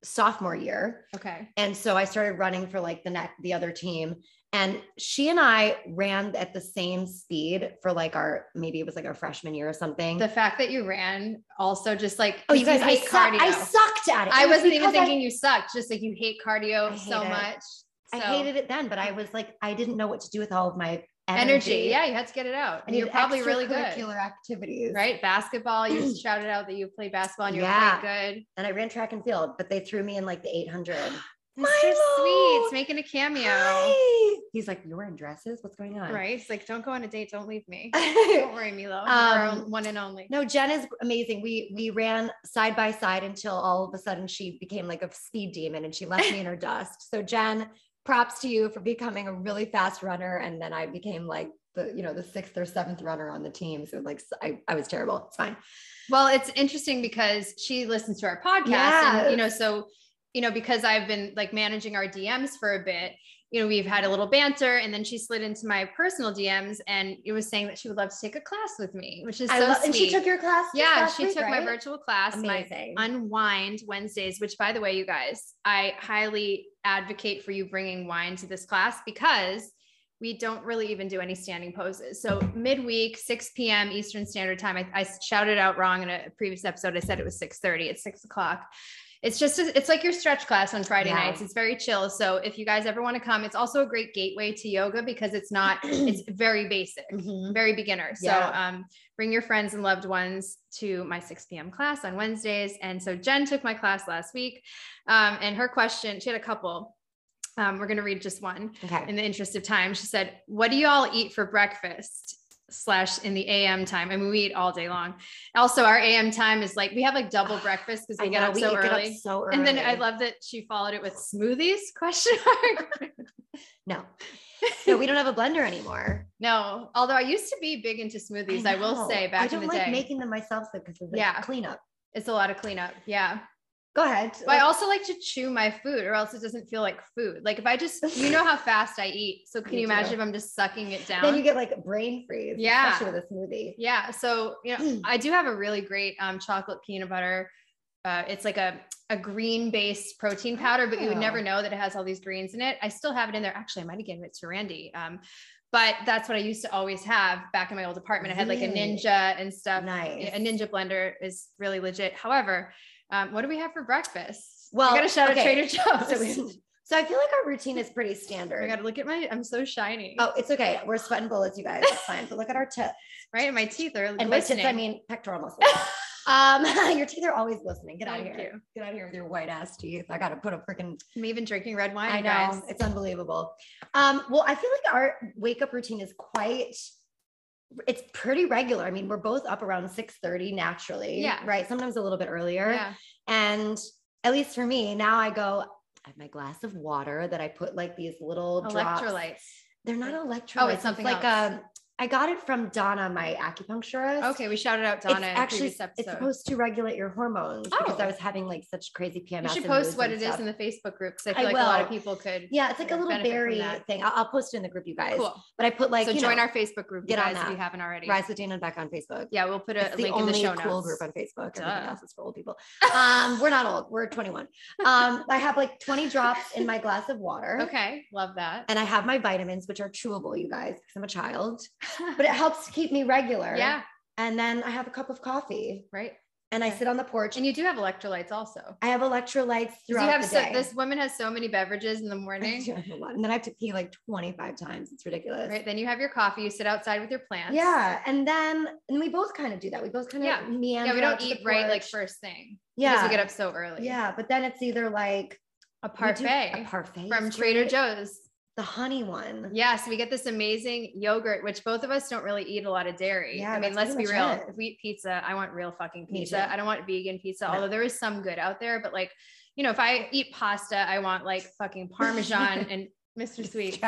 Speaker 1: sophomore year
Speaker 2: okay.
Speaker 1: and so i started running for like the next the other team and she and i ran at the same speed for like our maybe it was like our freshman year or something
Speaker 2: The fact that you ran also just like
Speaker 1: oh you guys I,
Speaker 2: hate
Speaker 1: su-
Speaker 2: cardio.
Speaker 1: I sucked at it
Speaker 2: I
Speaker 1: It was
Speaker 2: wasn't even
Speaker 1: because I-
Speaker 2: thinking you sucked, just like you hate cardio
Speaker 1: I
Speaker 2: so
Speaker 1: hate it.
Speaker 2: much.
Speaker 1: I,
Speaker 2: So-
Speaker 1: hated it then but i was like i didn't know what to do with all of my energy,
Speaker 2: energy. Yeah, you had to get it out.
Speaker 1: I
Speaker 2: And you're
Speaker 1: needed
Speaker 2: probably really good.
Speaker 1: extracurricular activities
Speaker 2: Right? Basketball, you shouted out that you played basketball and you're
Speaker 1: Yeah.
Speaker 2: playing
Speaker 1: and i ran track and field but they threw me in like the 800
Speaker 2: good.
Speaker 1: Milo!
Speaker 2: Mr. Sweets making a cameo.
Speaker 1: Hi. he's like you're wearing dresses what's going on
Speaker 2: Right? It's like, don't go on a date. Don't leave me.
Speaker 1: right
Speaker 2: Don't worry, Milo.
Speaker 1: Um,
Speaker 2: You're our one and only.
Speaker 1: No, Jen is amazing. We we ran side by side until all of a sudden she became like a speed demon and she left me in her dust. So Jen, props to you for becoming a really fast runner. And then I became like the you know the sixth or seventh runner on the team. So like I, I was terrible. It's fine.
Speaker 2: Well, it's interesting because she listens to our podcast, and you know, so you know, because I've been like managing our DMs for a bit, you know, we've had a little banter, and then she slid into my personal DMs, and it was saying that she would love to take a class with me, which is so
Speaker 1: I love
Speaker 2: sweet.
Speaker 1: and she took your class. this
Speaker 2: yeah,
Speaker 1: last
Speaker 2: she
Speaker 1: week,
Speaker 2: took my
Speaker 1: right?
Speaker 2: virtual class, my
Speaker 1: Amazing.
Speaker 2: unwind Wednesdays, which by the way, you guys, I highly advocate for you bringing wine to this class because we don't really even do any standing poses. So midweek, 6 p.m. Eastern Standard Time. I, I shouted out wrong in a previous episode. I said it was 6:30. It's six o'clock. it's just a, it's like your stretch class on Friday
Speaker 1: Yeah.
Speaker 2: nights. It's very chill. So if you guys ever want to come, it's also a great gateway to yoga because it's not it's very basic,
Speaker 1: Mhm.
Speaker 2: very beginner. So
Speaker 1: Yeah.
Speaker 2: um, bring your friends and loved ones to my 6 p.m. class on Wednesdays. And so Jen took my class last week, um, and her question she had a couple. Um, we're gonna read just one
Speaker 1: Okay.
Speaker 2: in the interest of time, she said, "What do you all eat for breakfast?" Slash in the AM time. I mean, we eat all day long. Also, our AM time is like we have like double breakfast because we,
Speaker 1: I
Speaker 2: get
Speaker 1: know,
Speaker 2: up
Speaker 1: we
Speaker 2: so
Speaker 1: get
Speaker 2: early.
Speaker 1: up so early.
Speaker 2: And then I love that she followed it with smoothies? Question mark.
Speaker 1: no, no, we don't have a blender anymore.
Speaker 2: no, although I used to be big into smoothies, I, will
Speaker 1: know.
Speaker 2: say back
Speaker 1: I don't
Speaker 2: in the
Speaker 1: like
Speaker 2: day,
Speaker 1: making them myself though because of the
Speaker 2: Yeah.
Speaker 1: cleanup.
Speaker 2: it's a lot of cleanup. Yeah,
Speaker 1: Go ahead.
Speaker 2: but I also like to chew my food, or else it doesn't feel like food. Like if I just, you know how fast I eat, so can
Speaker 1: Me
Speaker 2: you imagine
Speaker 1: too.
Speaker 2: if I'm just sucking it down?
Speaker 1: then you get like brain freeze.
Speaker 2: Yeah.
Speaker 1: Especially with a smoothie.
Speaker 2: Yeah. So, you
Speaker 1: Mm.
Speaker 2: know, I do have a really great um, chocolate peanut butter. Uh, it's like a, a green based protein powder, but you would never
Speaker 1: Oh.
Speaker 2: know that it has all these greens in it. I still have it in there. Actually, I might have given it to Randy. Um, but that's what I used to always have back in my old apartment. I had like a
Speaker 1: Really?
Speaker 2: ninja and stuff.
Speaker 1: Nice.
Speaker 2: A ninja blender is really legit. However, um, what do we have for breakfast?
Speaker 1: Well,
Speaker 2: I got to shout
Speaker 1: okay.
Speaker 2: out Trader Joe's.
Speaker 1: So, we- so I feel like our routine is pretty standard.
Speaker 2: I got to look at Oh my, I'm so shiny,
Speaker 1: Oh, it's okay. We're sweating bullets, you guys. It's fine. But look at our tip.
Speaker 2: right? And my teeth are
Speaker 1: And by
Speaker 2: glistening.
Speaker 1: tits, I mean pectoral muscles. um, your teeth are always listening. Get out of
Speaker 2: Thank
Speaker 1: here. Get out of here with your white ass teeth. I gotta put a freaking.
Speaker 2: you. I'm even drinking red wine.
Speaker 1: I know
Speaker 2: guys.
Speaker 1: it's unbelievable. Um, well, I feel like our wake up routine is quite. It's pretty regular. I mean, we're both up around six thirty naturally.
Speaker 2: Yeah.
Speaker 1: Right. Sometimes a little bit earlier.
Speaker 2: Yeah.
Speaker 1: And at least for me, now I go. I have my glass of water that I put like these little drops.
Speaker 2: Electrolytes. Oh,
Speaker 1: They're not electrolytes.
Speaker 2: something
Speaker 1: like
Speaker 2: else.
Speaker 1: um, I got it from Donna, my acupuncturist.
Speaker 2: Okay, we shouted out Donna. in
Speaker 1: it's actually
Speaker 2: previous episode.
Speaker 1: it's supposed to regulate your hormones because I
Speaker 2: Oh.
Speaker 1: was having like such crazy PMS.
Speaker 2: you should
Speaker 1: and
Speaker 2: post
Speaker 1: moods
Speaker 2: what
Speaker 1: and
Speaker 2: it is
Speaker 1: stuff.
Speaker 2: in the Facebook group because I
Speaker 1: I
Speaker 2: feel like a lot of
Speaker 1: will.
Speaker 2: people could.
Speaker 1: yeah, it's like a
Speaker 2: Yeah,
Speaker 1: little
Speaker 2: benefit from
Speaker 1: berry
Speaker 2: that.
Speaker 1: thing. I'll, I'll post it in the group, you guys.
Speaker 2: Cool.
Speaker 1: But I put like
Speaker 2: so
Speaker 1: you
Speaker 2: join
Speaker 1: know,
Speaker 2: our Facebook group, you
Speaker 1: get on
Speaker 2: guys, if
Speaker 1: that.
Speaker 2: you haven't already.
Speaker 1: Rise with Dana and back on Facebook.
Speaker 2: Yeah, we'll put a
Speaker 1: It's the
Speaker 2: link in
Speaker 1: only
Speaker 2: the show
Speaker 1: cool
Speaker 2: notes.
Speaker 1: group on Facebook. Everything
Speaker 2: Duh.
Speaker 1: else is for old people. Um, we're not old. We're 21. Um, I have like 20 drops in my glass of water.
Speaker 2: Okay, love that.
Speaker 1: And I have my vitamins, which are chewable, you guys, because I'm a child. But it helps to keep me regular.
Speaker 2: yeah,
Speaker 1: And then I have a cup of coffee,
Speaker 2: right.
Speaker 1: and I
Speaker 2: Okay.
Speaker 1: sit on the porch.
Speaker 2: And you do have electrolytes also. 'Cause
Speaker 1: I have electrolytes
Speaker 2: You
Speaker 1: throughout
Speaker 2: have
Speaker 1: the
Speaker 2: so,
Speaker 1: day.
Speaker 2: this woman has so many beverages in the
Speaker 1: I
Speaker 2: morning.
Speaker 1: do have a lot. And then I have to pee like 25 times. It's ridiculous.
Speaker 2: Right. Then you have your coffee. You sit outside with your plants.
Speaker 1: Yeah. And then and we both kind of do that. We both kind of
Speaker 2: Yeah.
Speaker 1: meander.
Speaker 2: Yeah. We
Speaker 1: out
Speaker 2: don't
Speaker 1: to the
Speaker 2: eat right like
Speaker 1: porch.
Speaker 2: first thing.
Speaker 1: yeah.
Speaker 2: Because we get up so early.
Speaker 1: Yeah. But then it's either like
Speaker 2: A
Speaker 1: we do-
Speaker 2: parfait
Speaker 1: a parfait
Speaker 2: from
Speaker 1: is
Speaker 2: Trader
Speaker 1: great.
Speaker 2: Joe's.
Speaker 1: The honey one.
Speaker 2: Yes, we get this amazing yogurt, which both of us don't really eat a lot of dairy.
Speaker 1: Yeah,
Speaker 2: I mean,
Speaker 1: that's
Speaker 2: let's be
Speaker 1: pretty
Speaker 2: real.
Speaker 1: much it.
Speaker 2: If we eat pizza, I want real fucking
Speaker 1: Me
Speaker 2: pizza.
Speaker 1: too.
Speaker 2: I don't want vegan pizza,
Speaker 1: No.
Speaker 2: although there is some good out there. But like, you know, if I eat pasta, I want like fucking Parmesan and Mr. Sweet.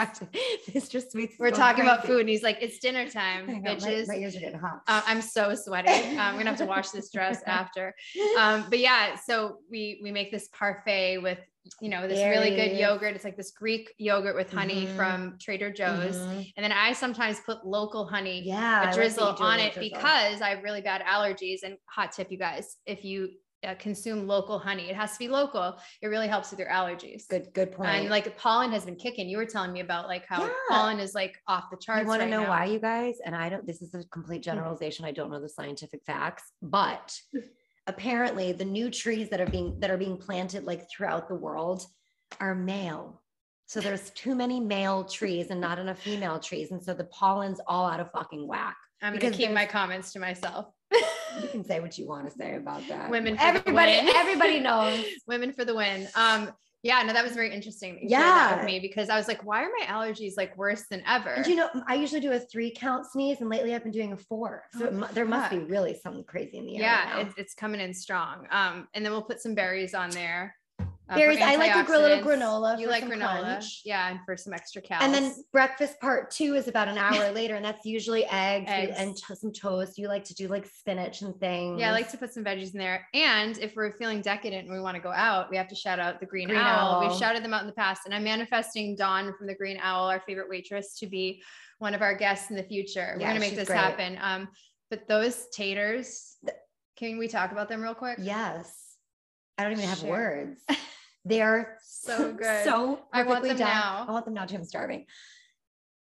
Speaker 1: Mr. Sweet.
Speaker 2: We're talking about food, and he's like, "It's dinner time, bitches."
Speaker 1: My, my ears are getting hot.
Speaker 2: Uh, I'm so sweaty. Um, I'm gonna have to wash this dress after. Um, but yeah, so we we make this parfait with you know this really good
Speaker 1: Berries.
Speaker 2: yogurt. It's like this Greek yogurt with honey
Speaker 1: Mhm.
Speaker 2: from Trader Joe's.
Speaker 1: Mhm.
Speaker 2: And then I sometimes put local honey,
Speaker 1: Yeah. I like
Speaker 2: a
Speaker 1: that
Speaker 2: drizzle
Speaker 1: you do a
Speaker 2: on
Speaker 1: little
Speaker 2: it
Speaker 1: drizzle.
Speaker 2: because I have really bad allergies. And hot tip, you guys, if you uh, consume local honey, it has to be local. It really helps with your allergies.
Speaker 1: good, good point.
Speaker 2: And like pollen has been kicking. You were telling me about like how
Speaker 1: Yeah.
Speaker 2: pollen is like off the charts.
Speaker 1: You want
Speaker 2: right
Speaker 1: to know
Speaker 2: now. Hmm.
Speaker 1: why, you guys? And I don't, this is a complete generalization. I don't know the scientific facts, but apparently the new trees that are being, that are being planted like throughout the world are male. So there's too many male trees and not enough female trees. And so the pollen's all out of fucking whack.
Speaker 2: I'm going
Speaker 1: because
Speaker 2: to keep my
Speaker 1: there's-
Speaker 2: comments to myself.
Speaker 1: You can say what you want to say about that.
Speaker 2: Women for the
Speaker 1: everybody,
Speaker 2: win.
Speaker 1: everybody knows.
Speaker 2: Women for the win. Um, yeah, no, that was very interesting. that you shared that
Speaker 1: Yeah.
Speaker 2: with me because I was like, why are my allergies like worse than ever?
Speaker 1: And you know, I usually do a three count sneeze, and lately I've been doing a four. So
Speaker 2: Oh,
Speaker 1: it mu- there must be really something crazy in the air. right
Speaker 2: yeah
Speaker 1: now.
Speaker 2: it's, it's coming in strong um and then we'll put some berries on there uh, for
Speaker 1: Berries, I like to grow a little
Speaker 2: antioxidants.
Speaker 1: granola
Speaker 2: you
Speaker 1: for
Speaker 2: like
Speaker 1: some
Speaker 2: granola
Speaker 1: crunch.
Speaker 2: yeah and for some extra calories
Speaker 1: And then breakfast part two is about an hour later, and that's usually eggs, you-
Speaker 2: Eggs.
Speaker 1: and to- some toast. You like to do like spinach and things.
Speaker 2: yeah i like to put some veggies in there and if we're feeling decadent and we want to go out we have to shout out the green,
Speaker 1: Green
Speaker 2: owl.
Speaker 1: Owl.
Speaker 2: we've shouted them out in the past and i'm manifesting dawn from the green owl our favorite waitress to be one of our guests in the future we're
Speaker 1: Yeah,
Speaker 2: gonna make
Speaker 1: she's
Speaker 2: this
Speaker 1: great.
Speaker 2: happen um but those taters can we talk about them real quick
Speaker 1: Yes, I don't even have
Speaker 2: Sure.
Speaker 1: words. They are
Speaker 2: So good.
Speaker 1: so
Speaker 2: I want
Speaker 1: perfectly
Speaker 2: them
Speaker 1: done.
Speaker 2: now.
Speaker 1: I want them now. Too. I'm starving.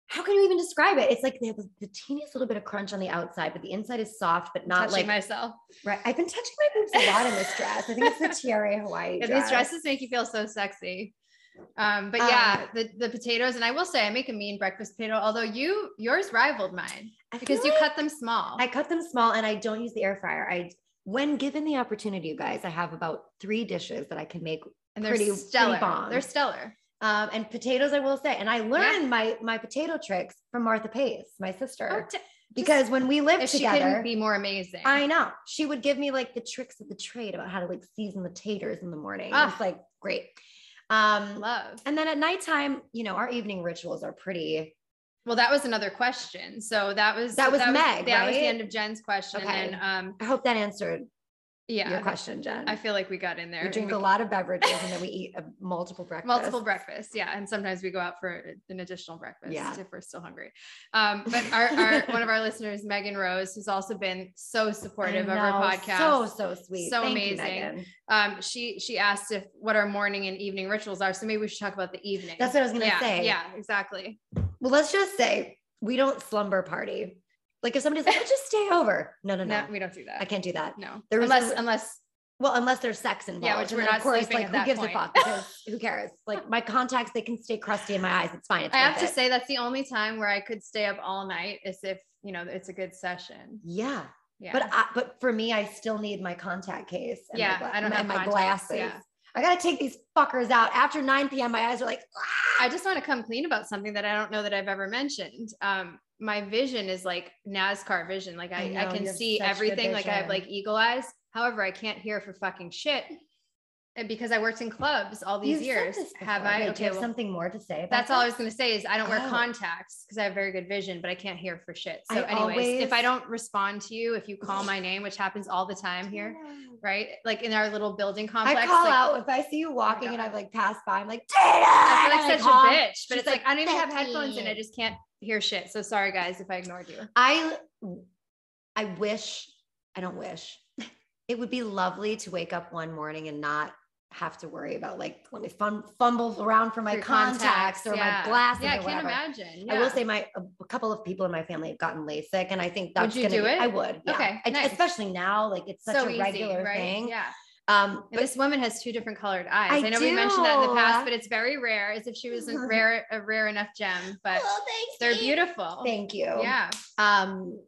Speaker 1: how can you even describe it? It's like they have the teeniest little bit of crunch on the outside, but the inside is soft, but not
Speaker 2: Touching
Speaker 1: like
Speaker 2: myself.
Speaker 1: right. I've been touching my boobs a lot in this dress. I think it's the tiare Hawaii.
Speaker 2: Yeah,
Speaker 1: dress.
Speaker 2: these dresses make you feel so sexy. Um, but yeah, the, the potatoes, and I will say I make a mean breakfast potato, although you yours rivaled mine
Speaker 1: I feel
Speaker 2: because you
Speaker 1: like
Speaker 2: cut them small.
Speaker 1: I cut them small and I don't use the air fryer. I when given the opportunity, you guys, I have about three dishes that I can make.
Speaker 2: and they're
Speaker 1: pretty- pretty
Speaker 2: stellar.
Speaker 1: bomb.
Speaker 2: they're stellar.
Speaker 1: Um, and potatoes, I will say, and I learned my my potato tricks from Martha Pace, my
Speaker 2: Oh,
Speaker 1: sister,
Speaker 2: t-
Speaker 1: because when we lived
Speaker 2: if she couldn't
Speaker 1: together,
Speaker 2: be more amazing.
Speaker 1: I know she would give me like the tricks of the trade about how to like season the taters in the morning.
Speaker 2: Ah.
Speaker 1: It's like great. Um,
Speaker 2: love.
Speaker 1: and then at nighttime, you know, our evening rituals are pretty.
Speaker 2: Well, that was another question. So that was
Speaker 1: That was Meg,
Speaker 2: that was the
Speaker 1: right?
Speaker 2: end of Jen's question.
Speaker 1: Okay.
Speaker 2: And um,
Speaker 1: I hope that answered
Speaker 2: yeah,
Speaker 1: your question, Jen.
Speaker 2: I feel like we got in there.
Speaker 1: we drink a lot of beverages and then we eat a, multiple breakfasts.
Speaker 2: multiple breakfasts yeah and sometimes we go out for an additional breakfast
Speaker 1: Yeah.
Speaker 2: if we're still hungry um but our, our one of our listeners megan rose who's also been so
Speaker 1: I
Speaker 2: supportive of our
Speaker 1: know,
Speaker 2: podcast
Speaker 1: So so sweet.
Speaker 2: So
Speaker 1: Thank
Speaker 2: amazing.
Speaker 1: You, Megan.
Speaker 2: um she she asked if what our morning and evening rituals are so maybe we should talk about the evening
Speaker 1: That's what I was gonna
Speaker 2: yeah,
Speaker 1: say.
Speaker 2: yeah exactly
Speaker 1: Well, let's just say we don't slumber party. Like if somebody's like, "Let's just stay over,no, no, no,
Speaker 2: no we don't do that
Speaker 1: I can't do that.
Speaker 2: no
Speaker 1: There was
Speaker 2: unless
Speaker 1: some-
Speaker 2: unless
Speaker 1: Well, unless there's sex involved.
Speaker 2: Yeah, which
Speaker 1: And
Speaker 2: we're
Speaker 1: then,
Speaker 2: not
Speaker 1: of course,
Speaker 2: sleeping
Speaker 1: like
Speaker 2: at
Speaker 1: who
Speaker 2: that
Speaker 1: gives
Speaker 2: point.
Speaker 1: a fuck? Because who cares? Like my contacts, they can stay crusty in my eyes. It's fine. It's
Speaker 2: i have
Speaker 1: worth
Speaker 2: to
Speaker 1: it.
Speaker 2: say that's the only time where i could stay up all night is if you know it's a good session
Speaker 1: Yeah.
Speaker 2: yeah
Speaker 1: But I, but for me, I still need my contact case. And
Speaker 2: Yeah,
Speaker 1: my, gla-
Speaker 2: I don't
Speaker 1: and
Speaker 2: have
Speaker 1: my
Speaker 2: contacts,
Speaker 1: glasses.
Speaker 2: yeah.
Speaker 1: I gotta take these fuckers out after 9 p.m. My eyes are like,
Speaker 2: I just want to come clean about something that I don't know that I've ever mentioned. Um, my vision is like NASCAR vision. Like
Speaker 1: I
Speaker 2: I,
Speaker 1: know,
Speaker 2: I,
Speaker 1: you
Speaker 2: can
Speaker 1: have
Speaker 2: see
Speaker 1: such good
Speaker 2: everything. Like I have
Speaker 1: vision.
Speaker 2: like eagle eyes. However, I can't hear for fucking shit. And because I worked in clubs all these
Speaker 1: "You've "Oh, said
Speaker 2: years,
Speaker 1: this
Speaker 2: have
Speaker 1: before."
Speaker 2: I?
Speaker 1: Wait, do you
Speaker 2: okay,
Speaker 1: have
Speaker 2: well,
Speaker 1: something more to say. About
Speaker 2: that's all I
Speaker 1: this?
Speaker 2: was gonna say is I don't wear
Speaker 1: Oh.
Speaker 2: contacts because I have very good vision, but I can't hear for shit. So,
Speaker 1: I
Speaker 2: anyways, if I
Speaker 1: always-
Speaker 2: don't respond to you, if you call my name, which happens all the time here, right? Like in our little building complex,
Speaker 1: I call
Speaker 2: like, Oh
Speaker 1: out if I see you walking
Speaker 2: God.
Speaker 1: and I've like passed by. I'm like, Data! I
Speaker 2: I feel like such
Speaker 1: honk.
Speaker 2: a bitch, but
Speaker 1: She's
Speaker 2: it's like, I don't even have
Speaker 1: "Becky."
Speaker 2: headphones and I just can't hear shit. So sorry guys if I ignored you.
Speaker 1: I I wish I don't wish. It would be lovely to wake up one morning and not have to worry about like let me fum- fumble around for my
Speaker 2: Your
Speaker 1: contacts, or
Speaker 2: yeah.
Speaker 1: my glasses.
Speaker 2: Yeah, I
Speaker 1: or
Speaker 2: can't
Speaker 1: whatever.
Speaker 2: imagine.
Speaker 1: I will
Speaker 2: Yeah.
Speaker 1: say my a, a couple of people in my family have gotten LASIK, and I think that's
Speaker 2: you
Speaker 1: gonna
Speaker 2: do
Speaker 1: be-
Speaker 2: it?
Speaker 1: I would. yeah.
Speaker 2: Okay,
Speaker 1: I-
Speaker 2: nice.
Speaker 1: especially now, like it's such
Speaker 2: so
Speaker 1: a
Speaker 2: easy,
Speaker 1: regular
Speaker 2: right?
Speaker 1: thing.
Speaker 2: Yeah.
Speaker 1: Um,
Speaker 2: And
Speaker 1: but
Speaker 2: this woman has two different colored eyes.
Speaker 1: I
Speaker 2: I, know we mentioned that in
Speaker 1: do.
Speaker 2: the past, but it's very rare as if she was a rare, a rare enough gem, but
Speaker 1: Oh, thanks,
Speaker 2: they're
Speaker 1: Steve.
Speaker 2: beautiful.
Speaker 1: Thank you.
Speaker 2: Yeah.
Speaker 1: Um,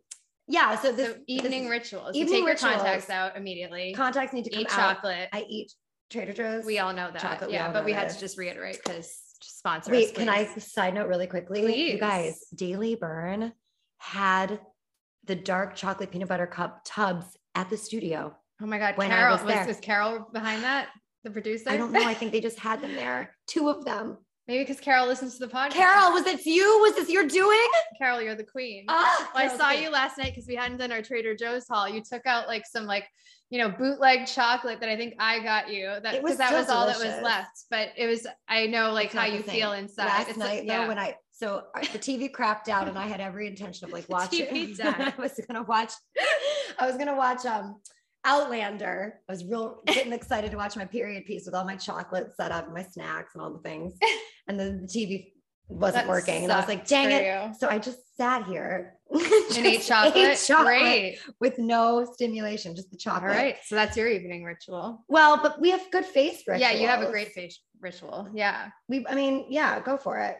Speaker 1: yeah. So this
Speaker 2: so evening
Speaker 1: this-
Speaker 2: rituals.
Speaker 1: evening
Speaker 2: you take your contacts
Speaker 1: rituals.
Speaker 2: out immediately.
Speaker 1: contacts need to come
Speaker 2: Eat
Speaker 1: out.
Speaker 2: chocolate.
Speaker 1: I eat Trader Joe's.
Speaker 2: we all know that.
Speaker 1: Chocolate, we
Speaker 2: yeah.
Speaker 1: all
Speaker 2: but
Speaker 1: know
Speaker 2: we had
Speaker 1: this.
Speaker 2: to just reiterate because sponsors.
Speaker 1: Wait, can I
Speaker 2: please.
Speaker 1: side note really quickly?
Speaker 2: Please.
Speaker 1: You guys, Daily Burn had the dark chocolate peanut butter cup tubs at the studio.
Speaker 2: Oh my God,
Speaker 1: when I
Speaker 2: Carol
Speaker 1: was
Speaker 2: was,
Speaker 1: there.
Speaker 2: was, Carol behind that? The producer?
Speaker 1: I don't know. I think they just had them there. Two of them.
Speaker 2: Maybe because Carol listens to the podcast.
Speaker 1: Carol, was it you? Was this your doing?
Speaker 2: Carol, you're the queen.
Speaker 1: Ah,
Speaker 2: Well, I
Speaker 1: Carol's
Speaker 2: saw
Speaker 1: great.
Speaker 2: you last night because we hadn't done our Trader Joe's haul. You took out like some like you know bootleg chocolate that I think I got you. That
Speaker 1: It was
Speaker 2: because that
Speaker 1: so
Speaker 2: was all that was
Speaker 1: delicious.
Speaker 2: left. But it was I know like
Speaker 1: It's
Speaker 2: how
Speaker 1: not the
Speaker 2: you
Speaker 1: same.
Speaker 2: feel inside.
Speaker 1: Last
Speaker 2: It's,
Speaker 1: night,
Speaker 2: yeah.
Speaker 1: though, when I so uh, the TV crapped out and I had every intention of like
Speaker 2: The
Speaker 1: watching.
Speaker 2: TV
Speaker 1: I
Speaker 2: died.
Speaker 1: was gonna watch. I was gonna watch um Outlander. I was real getting excited to watch my period piece with all my chocolate set up, my snacks, and all the things. And then the TV wasn't
Speaker 2: That
Speaker 1: working, and I was
Speaker 2: sucks
Speaker 1: like, "Dang
Speaker 2: for
Speaker 1: it!"
Speaker 2: you.
Speaker 1: So I just sat here
Speaker 2: And ate chocolate. Great.
Speaker 1: with no stimulation, just the
Speaker 2: All
Speaker 1: chocolate.
Speaker 2: right. So that's your evening ritual.
Speaker 1: Well, but we have good face rituals.
Speaker 2: Yeah, you have a great face ritual. Yeah.
Speaker 1: We, I mean, yeah, go for it.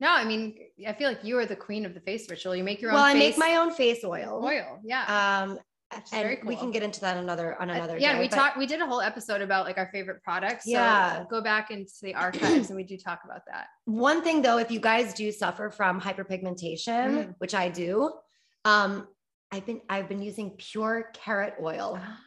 Speaker 2: No, I mean, I feel like you are the queen of the face ritual. You make your
Speaker 1: well,
Speaker 2: own
Speaker 1: I
Speaker 2: face
Speaker 1: make my own face oil.
Speaker 2: oil. Yeah.
Speaker 1: Um,
Speaker 2: which is
Speaker 1: and
Speaker 2: very
Speaker 1: we
Speaker 2: cool.
Speaker 1: can get into that another on
Speaker 2: Uh,
Speaker 1: another.
Speaker 2: yeah,
Speaker 1: day,
Speaker 2: and we
Speaker 1: but
Speaker 2: talked. We did a whole episode about like our favorite products. So
Speaker 1: Yeah.
Speaker 2: go back into the archives, and we do talk about that.
Speaker 1: One thing though, if you guys do suffer from hyperpigmentation,
Speaker 2: Mm.
Speaker 1: which I do, um, I've been I've been using pure carrot oil,
Speaker 2: Ah.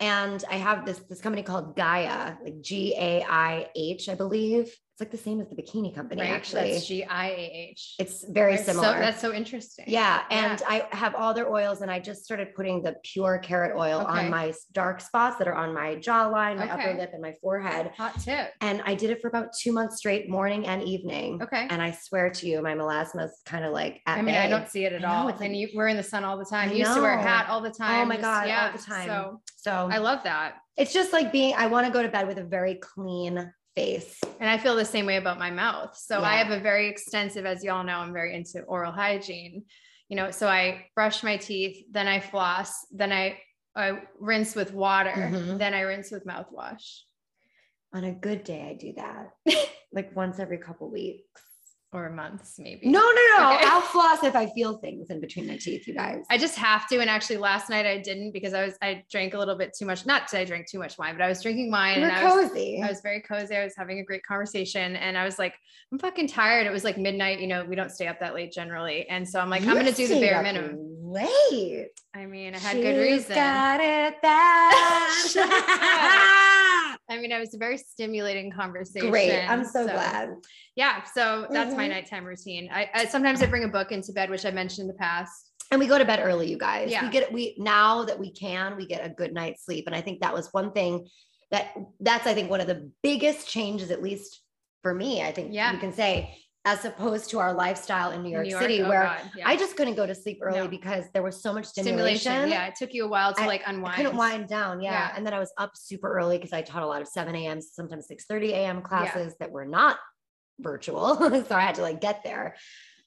Speaker 1: and I have this this company called Gaia, like G A I H, I believe. It's like the same as the bikini company,
Speaker 2: right?
Speaker 1: actually.
Speaker 2: that's G I A H.
Speaker 1: it's very
Speaker 2: That's
Speaker 1: similar.
Speaker 2: So, that's so interesting.
Speaker 1: yeah, and I have all their oils, and I just started putting the pure carrot oil
Speaker 2: Okay.
Speaker 1: on my s- dark spots that are on my jawline, my
Speaker 2: Okay.
Speaker 1: upper lip, and my forehead.
Speaker 2: hot tip.
Speaker 1: And I did it for about two months straight, morning and evening.
Speaker 2: Okay.
Speaker 1: And I swear to you, my melasma is kind of like at
Speaker 2: I mean,
Speaker 1: bay.
Speaker 2: I don't see it at
Speaker 1: I know,
Speaker 2: all.
Speaker 1: it's
Speaker 2: and
Speaker 1: like-
Speaker 2: you, we're in the sun all the time.
Speaker 1: I
Speaker 2: You used to wear a
Speaker 1: know. Oh
Speaker 2: hat all the time.
Speaker 1: my
Speaker 2: just-
Speaker 1: God, all the time.
Speaker 2: So
Speaker 1: So
Speaker 2: I love that.
Speaker 1: it's just like being, I want to go to bed with a very clean space.
Speaker 2: And I feel the same way about my mouth. So
Speaker 1: Yeah.
Speaker 2: I have a very extensive, as y'all know, I'm very into oral hygiene. You know, so I brush my teeth, then I floss, then I I rinse with water,
Speaker 1: Mhm.
Speaker 2: then I rinse with mouthwash
Speaker 1: On a good day, I do that like once every couple weeks.
Speaker 2: or months maybe.
Speaker 1: No, no, no.
Speaker 2: Okay.
Speaker 1: I'll floss if I feel things in between my teeth, you guys.
Speaker 2: I just have to. And actually, last night I didn't because I was I drank a little bit too much. Not that I drank too much wine, but I was drinking wine
Speaker 1: You're
Speaker 2: and I was
Speaker 1: cozy.
Speaker 2: I was very cozy. I was having a great conversation and I was like, I'm fucking tired. It was like midnight. You know, we don't stay up that late generally. And so I'm like, I'm
Speaker 1: You
Speaker 2: going to do the
Speaker 1: stayed
Speaker 2: bare
Speaker 1: up
Speaker 2: minimum.
Speaker 1: Late.
Speaker 2: I mean, I had good
Speaker 1: She's
Speaker 2: reason.
Speaker 1: Got it bad.
Speaker 2: I mean, it was a very stimulating conversation.
Speaker 1: Great. I'm so, glad.
Speaker 2: Yeah. So that's my
Speaker 1: Mhm.
Speaker 2: nighttime routine. I, I sometimes I bring a book into bed, which I mentioned in the past.
Speaker 1: And we go to bed early, you guys.
Speaker 2: Yeah.
Speaker 1: We get we now that we can, we get a good night's sleep. And I think that was one thing that that's I think one of the biggest changes, at least for me, I think
Speaker 2: Yeah.
Speaker 1: you can say, as opposed to our lifestyle in New
Speaker 2: in
Speaker 1: York, City,
Speaker 2: Oh,
Speaker 1: where
Speaker 2: God. Yeah.
Speaker 1: I just couldn't go to sleep early
Speaker 2: No.
Speaker 1: because there was so much stimulation.
Speaker 2: stimulation. Yeah. It took you a while to
Speaker 1: I-
Speaker 2: like
Speaker 1: I
Speaker 2: unwind.
Speaker 1: couldn't wind down. Yeah.
Speaker 2: Yeah.
Speaker 1: And then I was up super early because I taught a lot of 7 a.m., sometimes 6 30 a.m. classes that were not virtual. so I had to like get there.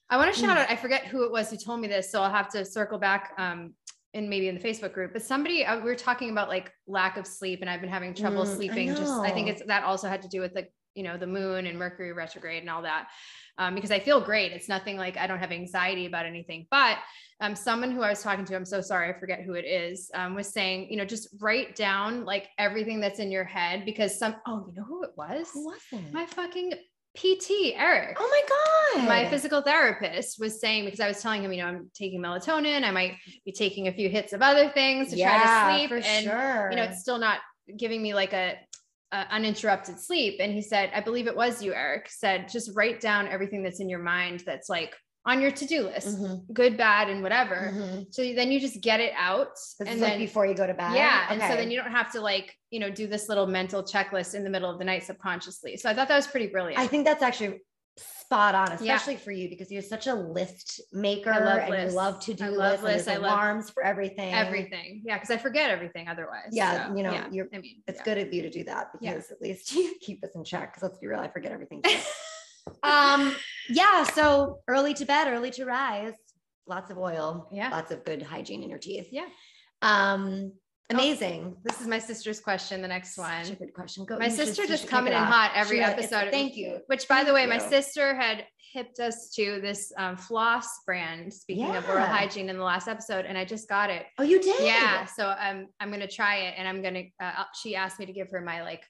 Speaker 2: I want to shout
Speaker 1: Mm.
Speaker 2: out, I forget who it was who told me this, so I'll have to circle back um in maybe in the Facebook group. But somebody uh, we were talking about like lack of sleep and I've been having trouble
Speaker 1: Mm, I
Speaker 2: sleeping. Just I think
Speaker 1: know.
Speaker 2: it's that also had to do with like, you know, the moon and Mercury retrograde and all that. Um, because I feel great. It's nothing like I don't have anxiety about anything. But um, someone who I was talking to, I'm so sorry, I forget who it is, um, was saying, you know, just write down like everything that's in your head because some, oh, you know who it was?
Speaker 1: Who was it?
Speaker 2: My fucking PT, Eric
Speaker 1: oh my God.
Speaker 2: my physical therapist was saying because I was telling him, you know, I'm taking melatonin, I might be taking a few hits of other things to try to sleep,
Speaker 1: For
Speaker 2: and
Speaker 1: sure.
Speaker 2: you know, it's still not giving me like a, a uninterrupted sleep. And he said, I believe it was you, Eric, said just write down everything that's in your mind that's like on your to do list,
Speaker 1: Mhm,
Speaker 2: good, bad, and whatever.
Speaker 1: mhm.
Speaker 2: So then you just get it out,
Speaker 1: This
Speaker 2: and
Speaker 1: is
Speaker 2: then
Speaker 1: like before you go to bed.
Speaker 2: yeah. And so then you don't have to like, you know, do this little mental checklist in the middle of the night subconsciously. So I thought that was pretty brilliant.
Speaker 1: I think that's actually spot on,
Speaker 2: Yeah.
Speaker 1: especially for you because you're such a list maker
Speaker 2: love
Speaker 1: and
Speaker 2: lists.
Speaker 1: you love to do
Speaker 2: I
Speaker 1: lists.
Speaker 2: love
Speaker 1: and there's
Speaker 2: lists. I love
Speaker 1: alarms for everything.
Speaker 2: everything. Yeah, because I forget everything otherwise.
Speaker 1: Yeah, you know, you're-
Speaker 2: I mean,
Speaker 1: It's
Speaker 2: yeah.
Speaker 1: good of you to do that
Speaker 2: Yeah.
Speaker 1: because at least you keep us in check. Because let's be real, I forget everything. too. um, yeah. So early to bed, early to rise. Lots of oil.
Speaker 2: Yeah.
Speaker 1: Lots of good hygiene in your teeth.
Speaker 2: Yeah. Oh.
Speaker 1: Um, amazing.
Speaker 2: This is my sister's question. The next
Speaker 1: Such a
Speaker 2: one.
Speaker 1: good question. Go.
Speaker 2: My
Speaker 1: you should-
Speaker 2: sister
Speaker 1: you
Speaker 2: just
Speaker 1: should pick
Speaker 2: coming
Speaker 1: it
Speaker 2: in
Speaker 1: up.
Speaker 2: hot every
Speaker 1: She really- it's-
Speaker 2: episode.
Speaker 1: Thank you.
Speaker 2: Which, by the way,
Speaker 1: Thank
Speaker 2: my
Speaker 1: you.
Speaker 2: sister had hipped us to this um, floss brand. Speaking of oral
Speaker 1: Yeah.
Speaker 2: hygiene in the last episode, and I just got it.
Speaker 1: Oh, you did.
Speaker 2: Yeah, so um, I'm gonna try it, and I'm gonna. Uh, I'll- she asked me to give her my like,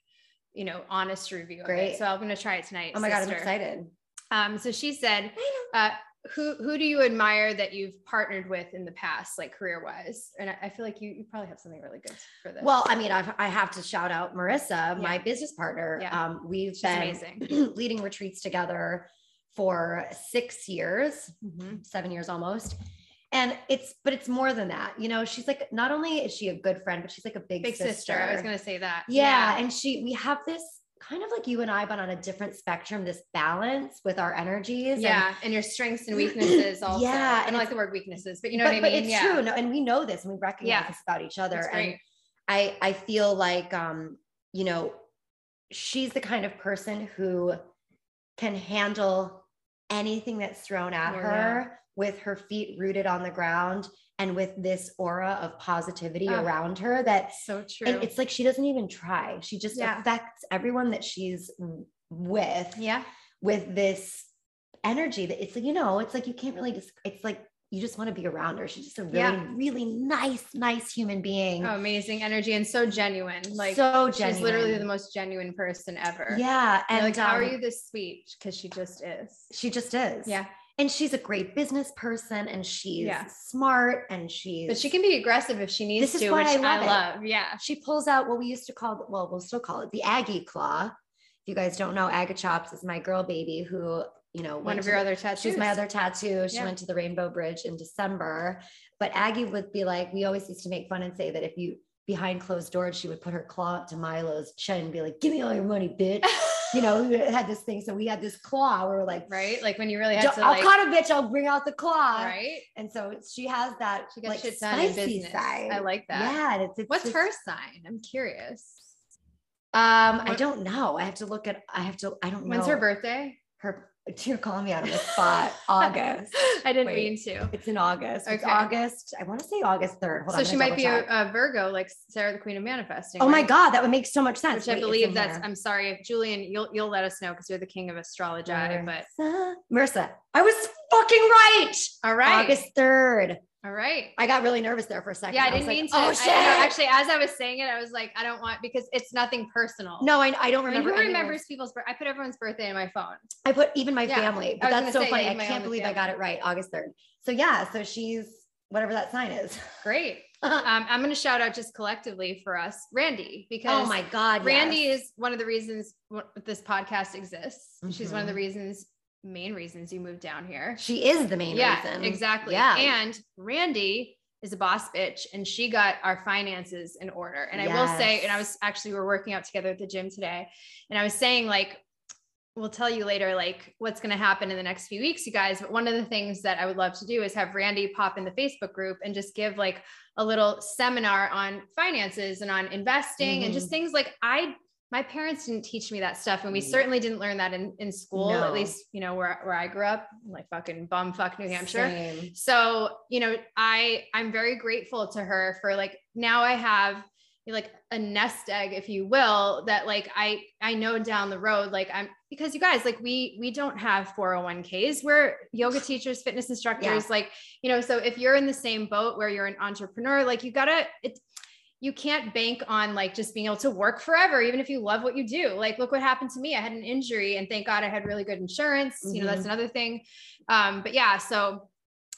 Speaker 2: you know, honest review. Of
Speaker 1: Great.
Speaker 2: it. So I'm gonna try it tonight.
Speaker 1: Oh my god, I'm
Speaker 2: sister.
Speaker 1: excited.
Speaker 2: Um, so she said,
Speaker 1: I
Speaker 2: uh, who who do you admire that you've partnered with in the past, like career wise? And I, I feel like you you probably have something really good for this.
Speaker 1: Well, I mean, I've, I have to shout out Marissa, my business partner.
Speaker 2: Yeah.
Speaker 1: Um, we've
Speaker 2: she's
Speaker 1: been
Speaker 2: amazing.
Speaker 1: leading retreats together for six years. seven years almost. And it's, but it's more than that. You know, she's like, not only is she a good friend, but she's like a big,
Speaker 2: Big sister. I was gonna say that.
Speaker 1: yeah. And she, we have this kind of like you and I, but on a different spectrum, this balance with our energies.
Speaker 2: Yeah.
Speaker 1: and-
Speaker 2: Yeah, And your strengths and weaknesses also.
Speaker 1: Yeah,
Speaker 2: I
Speaker 1: and
Speaker 2: don't like
Speaker 1: it's-
Speaker 2: the word weaknesses, but you know
Speaker 1: but,
Speaker 2: what I mean?
Speaker 1: but it's
Speaker 2: yeah.
Speaker 1: true. No, and we know this and we recognize
Speaker 2: Yeah.
Speaker 1: this about each other.
Speaker 2: That's
Speaker 1: And
Speaker 2: great.
Speaker 1: I, I feel like, um, you know, she's the kind of person who can handle anything that's thrown at
Speaker 2: Oh, yeah.
Speaker 1: her with her feet rooted on the ground and with this aura of positivity
Speaker 2: Oh.
Speaker 1: around her that
Speaker 2: So true.
Speaker 1: and it's like she doesn't even try. She just
Speaker 2: Yeah.
Speaker 1: affects everyone that she's w- with
Speaker 2: yeah.
Speaker 1: with this energy that it's like, you know, it's like you can't really just, it's like you just want to be around her. She's just a really,
Speaker 2: Yeah.
Speaker 1: really nice, nice human being.
Speaker 2: Oh, amazing energy and so genuine. Like
Speaker 1: so genuine.
Speaker 2: she's literally the most genuine person ever.
Speaker 1: Yeah.
Speaker 2: And
Speaker 1: And
Speaker 2: like, how are
Speaker 1: um,
Speaker 2: you this sweet? Because she just is.
Speaker 1: She just is.
Speaker 2: Yeah.
Speaker 1: And she's a great business person and she's
Speaker 2: Yeah.
Speaker 1: smart and she's
Speaker 2: But she can be aggressive if she needs
Speaker 1: This is
Speaker 2: to,
Speaker 1: why
Speaker 2: which
Speaker 1: I
Speaker 2: I
Speaker 1: love
Speaker 2: love.
Speaker 1: it.
Speaker 2: Yeah.
Speaker 1: she pulls out what we used to call well we'll still call it the aggie claw if you guys don't know aga chops is my girl baby who you know
Speaker 2: One
Speaker 1: went
Speaker 2: of
Speaker 1: to
Speaker 2: your
Speaker 1: the-
Speaker 2: other tattoos.
Speaker 1: She's my other tattoo. She
Speaker 2: Yeah.
Speaker 1: went to the Rainbow Bridge in December. But Aggie would be like, we always used to make fun and say that if you behind closed doors, she would put her claw up to Milo's chin and be like, give me all your money, bitch. you know, we had this thing. So we had this claw. We were like,
Speaker 2: right? Like when you really have
Speaker 1: "Don't-
Speaker 2: to
Speaker 1: I'll
Speaker 2: like
Speaker 1: cut a bitch. I'll bring out the claw.
Speaker 2: right.
Speaker 1: And so she has that
Speaker 2: She gets
Speaker 1: like
Speaker 2: shit done in
Speaker 1: spicy
Speaker 2: business.
Speaker 1: side.
Speaker 2: I like that.
Speaker 1: Yeah. and It's, it's
Speaker 2: What's
Speaker 1: just-
Speaker 2: her sign? I'm curious.
Speaker 1: Um, I don't know. I have to look at. I have to. I don't know.
Speaker 2: When's her birthday?
Speaker 1: Her. You're calling me out of the spot. August.
Speaker 2: I didn't
Speaker 1: Wait.
Speaker 2: mean to.
Speaker 1: It's in August. It's
Speaker 2: Okay.
Speaker 1: August. I want to say August third. Hold
Speaker 2: so
Speaker 1: on, I'm
Speaker 2: she
Speaker 1: gonna
Speaker 2: might
Speaker 1: double
Speaker 2: be
Speaker 1: check.
Speaker 2: a, a Virgo, like Sarah, the Queen of Manifesting.
Speaker 1: Oh my
Speaker 2: right?
Speaker 1: God, that would make so much sense.
Speaker 2: Which I believe that's. I'm sorry, if Julian, you'll you'll let us know because you're the king of astrology. But
Speaker 1: Marissa. Marissa, I was fucking right.
Speaker 2: all right,
Speaker 1: August 3rd.
Speaker 2: all right.
Speaker 1: I got really nervous there for a second.
Speaker 2: Yeah,
Speaker 1: was
Speaker 2: I didn't
Speaker 1: like,
Speaker 2: mean to.
Speaker 1: Oh,
Speaker 2: I-
Speaker 1: shit.
Speaker 2: no, actually, as I was saying it, I was like, I don't want because it's nothing personal.
Speaker 1: no, I, I don't
Speaker 2: I mean,
Speaker 1: remember.
Speaker 2: who
Speaker 1: anyone's-
Speaker 2: remembers people's birth? I put everyone's birthday in my phone.
Speaker 1: I put even my
Speaker 2: Yeah,
Speaker 1: family,
Speaker 2: I
Speaker 1: but
Speaker 2: was
Speaker 1: that's
Speaker 2: gonna
Speaker 1: so
Speaker 2: say,
Speaker 1: funny. I
Speaker 2: even my
Speaker 1: can't
Speaker 2: own
Speaker 1: believe I
Speaker 2: family.
Speaker 1: got it right. August 3rd. So yeah, so she's whatever that sign is.
Speaker 2: Great.
Speaker 1: Uh-huh.
Speaker 2: Um, I'm going to shout out just collectively for us, Randy,
Speaker 1: oh
Speaker 2: because
Speaker 1: my God.
Speaker 2: Randy
Speaker 1: yes.
Speaker 2: is one of the reasons wh- this podcast exists. She's
Speaker 1: Mm-hmm.
Speaker 2: one of the reasons, main reasons you moved down here.
Speaker 1: She is the main
Speaker 2: yeah,
Speaker 1: reason.
Speaker 2: exactly.
Speaker 1: Yeah.
Speaker 2: And Randy is a boss bitch and she got our finances in order. And I will say, and I
Speaker 1: Yes.
Speaker 2: was actually, we were working out together at the gym today and I was saying like, we'll tell you later, like what's going to happen in the next few weeks, you guys. But one of the things that I would love to do is have Randy pop in the Facebook group and just give like a little seminar on finances and on investing and
Speaker 1: Mm.
Speaker 2: just things like I, my parents didn't teach me that stuff. And we
Speaker 1: No.
Speaker 2: certainly didn't learn that in, in school,
Speaker 1: Mm. No.
Speaker 2: at least, you know, where, where I grew up, like fucking bum fuck New Hampshire
Speaker 1: Same.
Speaker 2: so you know i i'm very grateful to her for like now i have like a nest egg if you will that like i i know down the road like i'm because you guys like we we don't have 401ks we're yoga teachers fitness instructors
Speaker 1: Yeah.
Speaker 2: like you know so if you're in the same boat where you're an entrepreneur like you gotta it's you can't bank on like just being able to work forever even if you love what you do like look what happened to me i had an injury and thank god i had really good insurance you know that's another thing um but yeah so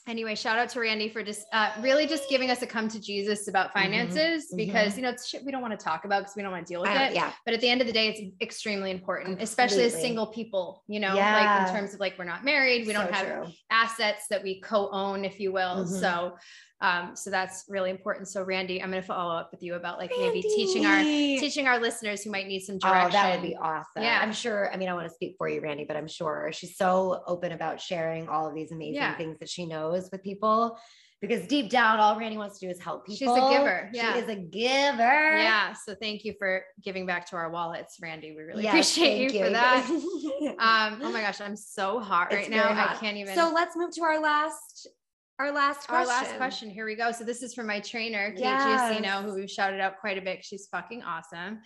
Speaker 2: anyway shout out to randy for just uh, really just giving us a come to jesus about finances
Speaker 1: mhm.
Speaker 2: because you know it's shit we don't want to talk about because we don't want to deal with
Speaker 1: I don't-
Speaker 2: it
Speaker 1: yeah.
Speaker 2: but at the end of the day it's extremely important especially as
Speaker 1: Completely.
Speaker 2: single people you know like
Speaker 1: Yeah.
Speaker 2: in terms of like we're not married we don't
Speaker 1: so
Speaker 2: have
Speaker 1: true.
Speaker 2: assets that we co-own if you will
Speaker 1: Mhm.
Speaker 2: so um so that's really important so randy i'm going to follow up with you about like maybe teaching our
Speaker 1: Randy.
Speaker 2: teaching our listeners who might need some direction
Speaker 1: Oh, that would be awesome.
Speaker 2: Yeah.
Speaker 1: I'm sure. I mean, I want to speak for you, Randy, but I'm sure she's so open about sharing all of these amazing
Speaker 2: Yeah.
Speaker 1: things that she knows with people because deep down, all Randy wants to do is help
Speaker 2: She's a
Speaker 1: people.
Speaker 2: giver. Yeah.
Speaker 1: She is a giver.
Speaker 2: yeah so thank you for giving back to our wallets randy we really
Speaker 1: Yes,
Speaker 2: appreciate you,
Speaker 1: thank
Speaker 2: for that um
Speaker 1: um,
Speaker 2: oh my gosh i'm so hot
Speaker 1: It's
Speaker 2: right now
Speaker 1: very
Speaker 2: i
Speaker 1: hot.
Speaker 2: can't even
Speaker 1: so let's move to our last, our last
Speaker 2: our
Speaker 1: question.
Speaker 2: last question here we go so this is from my trainer kate
Speaker 1: Yes.
Speaker 2: Giacino, who we've shouted out quite a bit she's fucking awesome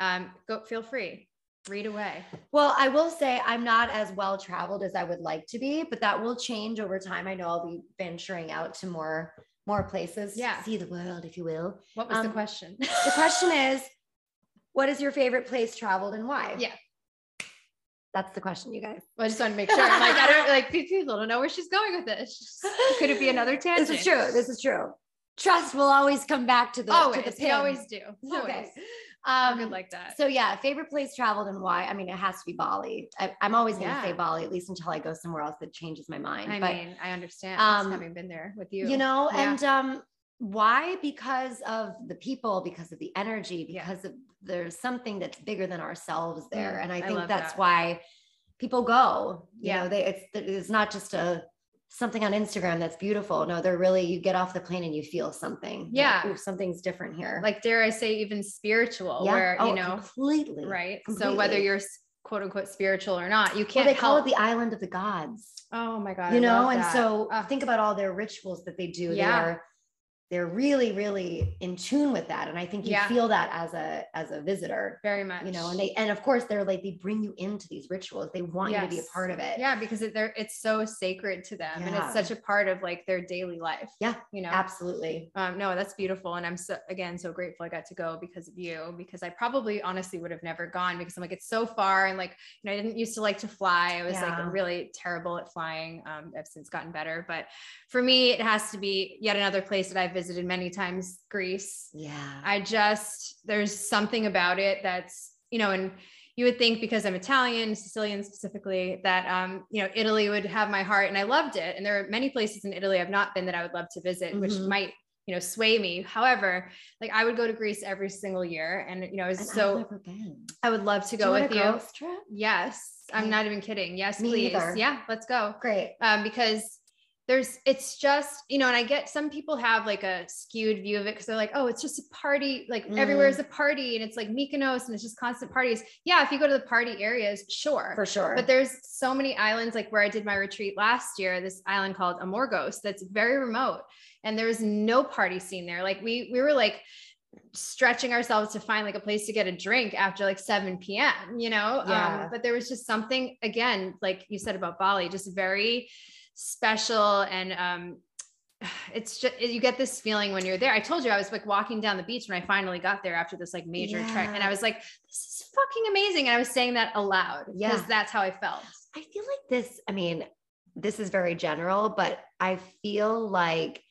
Speaker 2: um go feel free read away
Speaker 1: Well, I will say I'm not as well traveled as I would like to be, but that will change over time. I know I'll be venturing out to more more places,
Speaker 2: Yeah.
Speaker 1: see the world, if you will.
Speaker 2: what was the
Speaker 1: Um,
Speaker 2: question
Speaker 1: The question is, what is your favorite place traveled and why?
Speaker 2: Yeah.
Speaker 1: That's the question, you guys.
Speaker 2: Well, I just want to make sure. I'm like, I don't like these people don't know where she's going with this. Could it be another tangent?
Speaker 1: This is true. This is true. Trust will always come back to the
Speaker 2: always.
Speaker 1: To the
Speaker 2: we
Speaker 1: pin.
Speaker 2: always do. Always.
Speaker 1: Okay.
Speaker 2: I'm good
Speaker 1: Um,
Speaker 2: like that.
Speaker 1: so yeah, favorite place traveled and why? I mean, it has to be Bali. I, I'm always going to
Speaker 2: Yeah.
Speaker 1: say Bali, at least until I go somewhere else that changes my mind.
Speaker 2: I
Speaker 1: but
Speaker 2: mean, I understand
Speaker 1: um,
Speaker 2: having been there with you.
Speaker 1: you know
Speaker 2: Yeah.
Speaker 1: and um why because of the people because of the energy
Speaker 2: Yeah.
Speaker 1: because of there's something that's bigger than ourselves there
Speaker 2: Mm,
Speaker 1: and i
Speaker 2: I
Speaker 1: think
Speaker 2: love
Speaker 1: that's
Speaker 2: that.
Speaker 1: why people go you
Speaker 2: Yeah.
Speaker 1: know they it's it's not just a something on instagram that's beautiful no they're really you get off the plane and you feel something You're like,
Speaker 2: Yeah.
Speaker 1: "Ooh, something's different here
Speaker 2: like dare I say, even spiritual,
Speaker 1: Yeah.
Speaker 2: where
Speaker 1: Oh,
Speaker 2: you know,
Speaker 1: completely
Speaker 2: right? So whether
Speaker 1: Completely.
Speaker 2: you're s- quote unquote spiritual or not, you
Speaker 1: well,
Speaker 2: can't
Speaker 1: they call
Speaker 2: help.
Speaker 1: it the island of the gods
Speaker 2: oh my god, I
Speaker 1: you know
Speaker 2: love
Speaker 1: and
Speaker 2: that.
Speaker 1: so
Speaker 2: Ugh.
Speaker 1: think about all their rituals that they do
Speaker 2: Yeah.
Speaker 1: they're they're really really in tune with that and i think you
Speaker 2: Yeah.
Speaker 1: feel that as a as a visitor
Speaker 2: very much,
Speaker 1: you know and they and of course they're like they bring you into these rituals they want you to be
Speaker 2: Yes.
Speaker 1: a part of it
Speaker 2: yeah, because it, they're it's so sacred to them, and
Speaker 1: Yeah.
Speaker 2: it's such a part of like their daily life.
Speaker 1: Yeah,
Speaker 2: you know,
Speaker 1: absolutely
Speaker 2: Um, no, that's beautiful. And I'm so, again, so grateful I got to go because of you, because I probably honestly would have never gone because I'm like, it's so far. And like, you know, I didn't used to like to fly. I was
Speaker 1: Yeah.
Speaker 2: like really terrible at flying. Um, I've since gotten better, but for me, it has to be yet another place that I've visited many times, Greece.
Speaker 1: yeah
Speaker 2: I just there's something about it that's you know, and you would think because I'm Italian, Sicilian specifically, that um, you know, Italy would have my heart, and I loved it. And there are many places in Italy I've not been that I would love to visit, which
Speaker 1: Mhm.
Speaker 2: might you know sway me. However, like I would go to Greece every single year, and you know, it's
Speaker 1: And
Speaker 2: so
Speaker 1: I've never been.
Speaker 2: I would love
Speaker 1: Do
Speaker 2: to
Speaker 1: you
Speaker 2: go
Speaker 1: want
Speaker 2: with
Speaker 1: a
Speaker 2: you.
Speaker 1: girls trip
Speaker 2: Yes, I'm
Speaker 1: Okay.
Speaker 2: not even kidding. Yes,
Speaker 1: Me
Speaker 2: please.
Speaker 1: either.
Speaker 2: Yeah, let's go
Speaker 1: great
Speaker 2: um, because there's it's just you know and i get some people have like a skewed view of it because they're like oh it's just a party like
Speaker 1: Mm.
Speaker 2: everywhere is a party and it's like mykonos and it's just constant parties yeah if you go to the party areas sure
Speaker 1: for sure.
Speaker 2: but there's so many islands like where i did my retreat last year this island called amorgos that's very remote and there was no party scene there like we we were like stretching ourselves to find like a place to get a drink after like 7 p.m you know
Speaker 1: Yeah.
Speaker 2: um, but there was just something again like you said about bali just very special and um it's just you get this feeling when you're there. I told you I was like walking down the beach when I finally got there after this like major trek,
Speaker 1: Yeah.
Speaker 2: and I was like, "This is fucking amazing," and I was saying that aloud because
Speaker 1: Yeah.
Speaker 2: that's how I felt.
Speaker 1: I feel like this, I mean, this is very general, but I feel like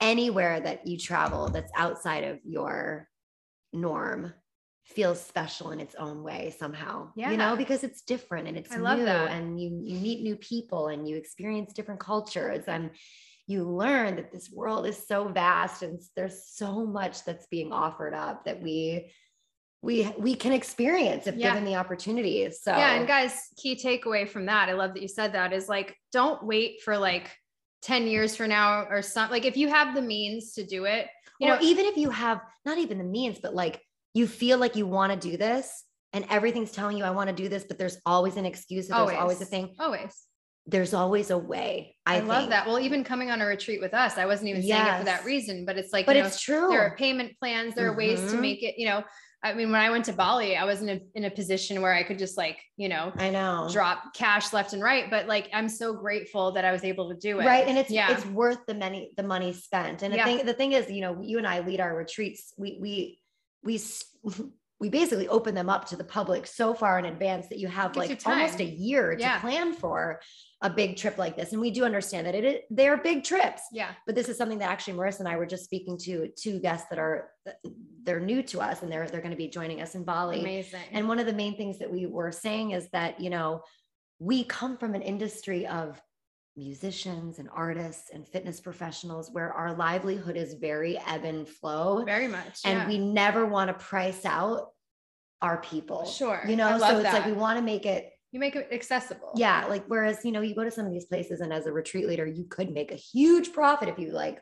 Speaker 1: anywhere that you travel that's outside of your norm feels special in its own way somehow. You know,
Speaker 2: Yeah.
Speaker 1: because it's different and it's
Speaker 2: I love
Speaker 1: new
Speaker 2: that.
Speaker 1: and you you meet new people and you experience different cultures and you learn that this world is so vast and there's so much that's being offered up that we we we can experience if
Speaker 2: Yeah.
Speaker 1: given the opportunity. So
Speaker 2: Yeah, and guys, key takeaway from that, I love that you said that is like don't wait for like 10 years from now or something. Like if you have the means to do it, you
Speaker 1: or
Speaker 2: know,
Speaker 1: even if you have not even the means, but like you feel like you want to do this and everything's telling you, I want to do this, but there's always an excuse. Or there's always a thing.
Speaker 2: Always.
Speaker 1: There's always a way. I,
Speaker 2: I, love
Speaker 1: think.
Speaker 2: that. Well, even coming on a retreat with us, I wasn't even saying it for
Speaker 1: Yes.
Speaker 2: that reason, but it's like,
Speaker 1: But
Speaker 2: you know,
Speaker 1: it's true.
Speaker 2: there are payment plans there are ways to
Speaker 1: Mhm.
Speaker 2: make it you know i mean when i went to bali i wasn't in a, in a position where i could just like you know
Speaker 1: I know.
Speaker 2: drop cash left and right but like i'm so grateful that i was able to do it
Speaker 1: Right. And it's
Speaker 2: yeah
Speaker 1: it's worth the many the money spent. And
Speaker 2: Yeah.
Speaker 1: the thing the thing is, you know, you and I lead our retreats. We we we s- we basically open them up to the public so far in advance that you have
Speaker 2: Gives
Speaker 1: like
Speaker 2: you
Speaker 1: almost a
Speaker 2: time.
Speaker 1: year to
Speaker 2: Yeah.
Speaker 1: plan for a big trip like this. And we do understand that it is they're big trips.
Speaker 2: yeah
Speaker 1: but this is something that actually Marissa and I were just speaking to two guests that are they're new to us and they're they're going to be joining us in Bali.
Speaker 2: amazing
Speaker 1: And one of the main things that we were saying is that you know we come from an industry of musicians and artists and fitness professionals where our livelihood is very ebb and flow,
Speaker 2: very much
Speaker 1: and
Speaker 2: yeah.
Speaker 1: we never want to price out our people.
Speaker 2: Sure.
Speaker 1: you know,
Speaker 2: I
Speaker 1: so
Speaker 2: love
Speaker 1: it's like
Speaker 2: that.
Speaker 1: we want to make it
Speaker 2: you make it accessible
Speaker 1: yeah, like whereas you know you go to some of these places and as a retreat leader you could make a huge profit if you like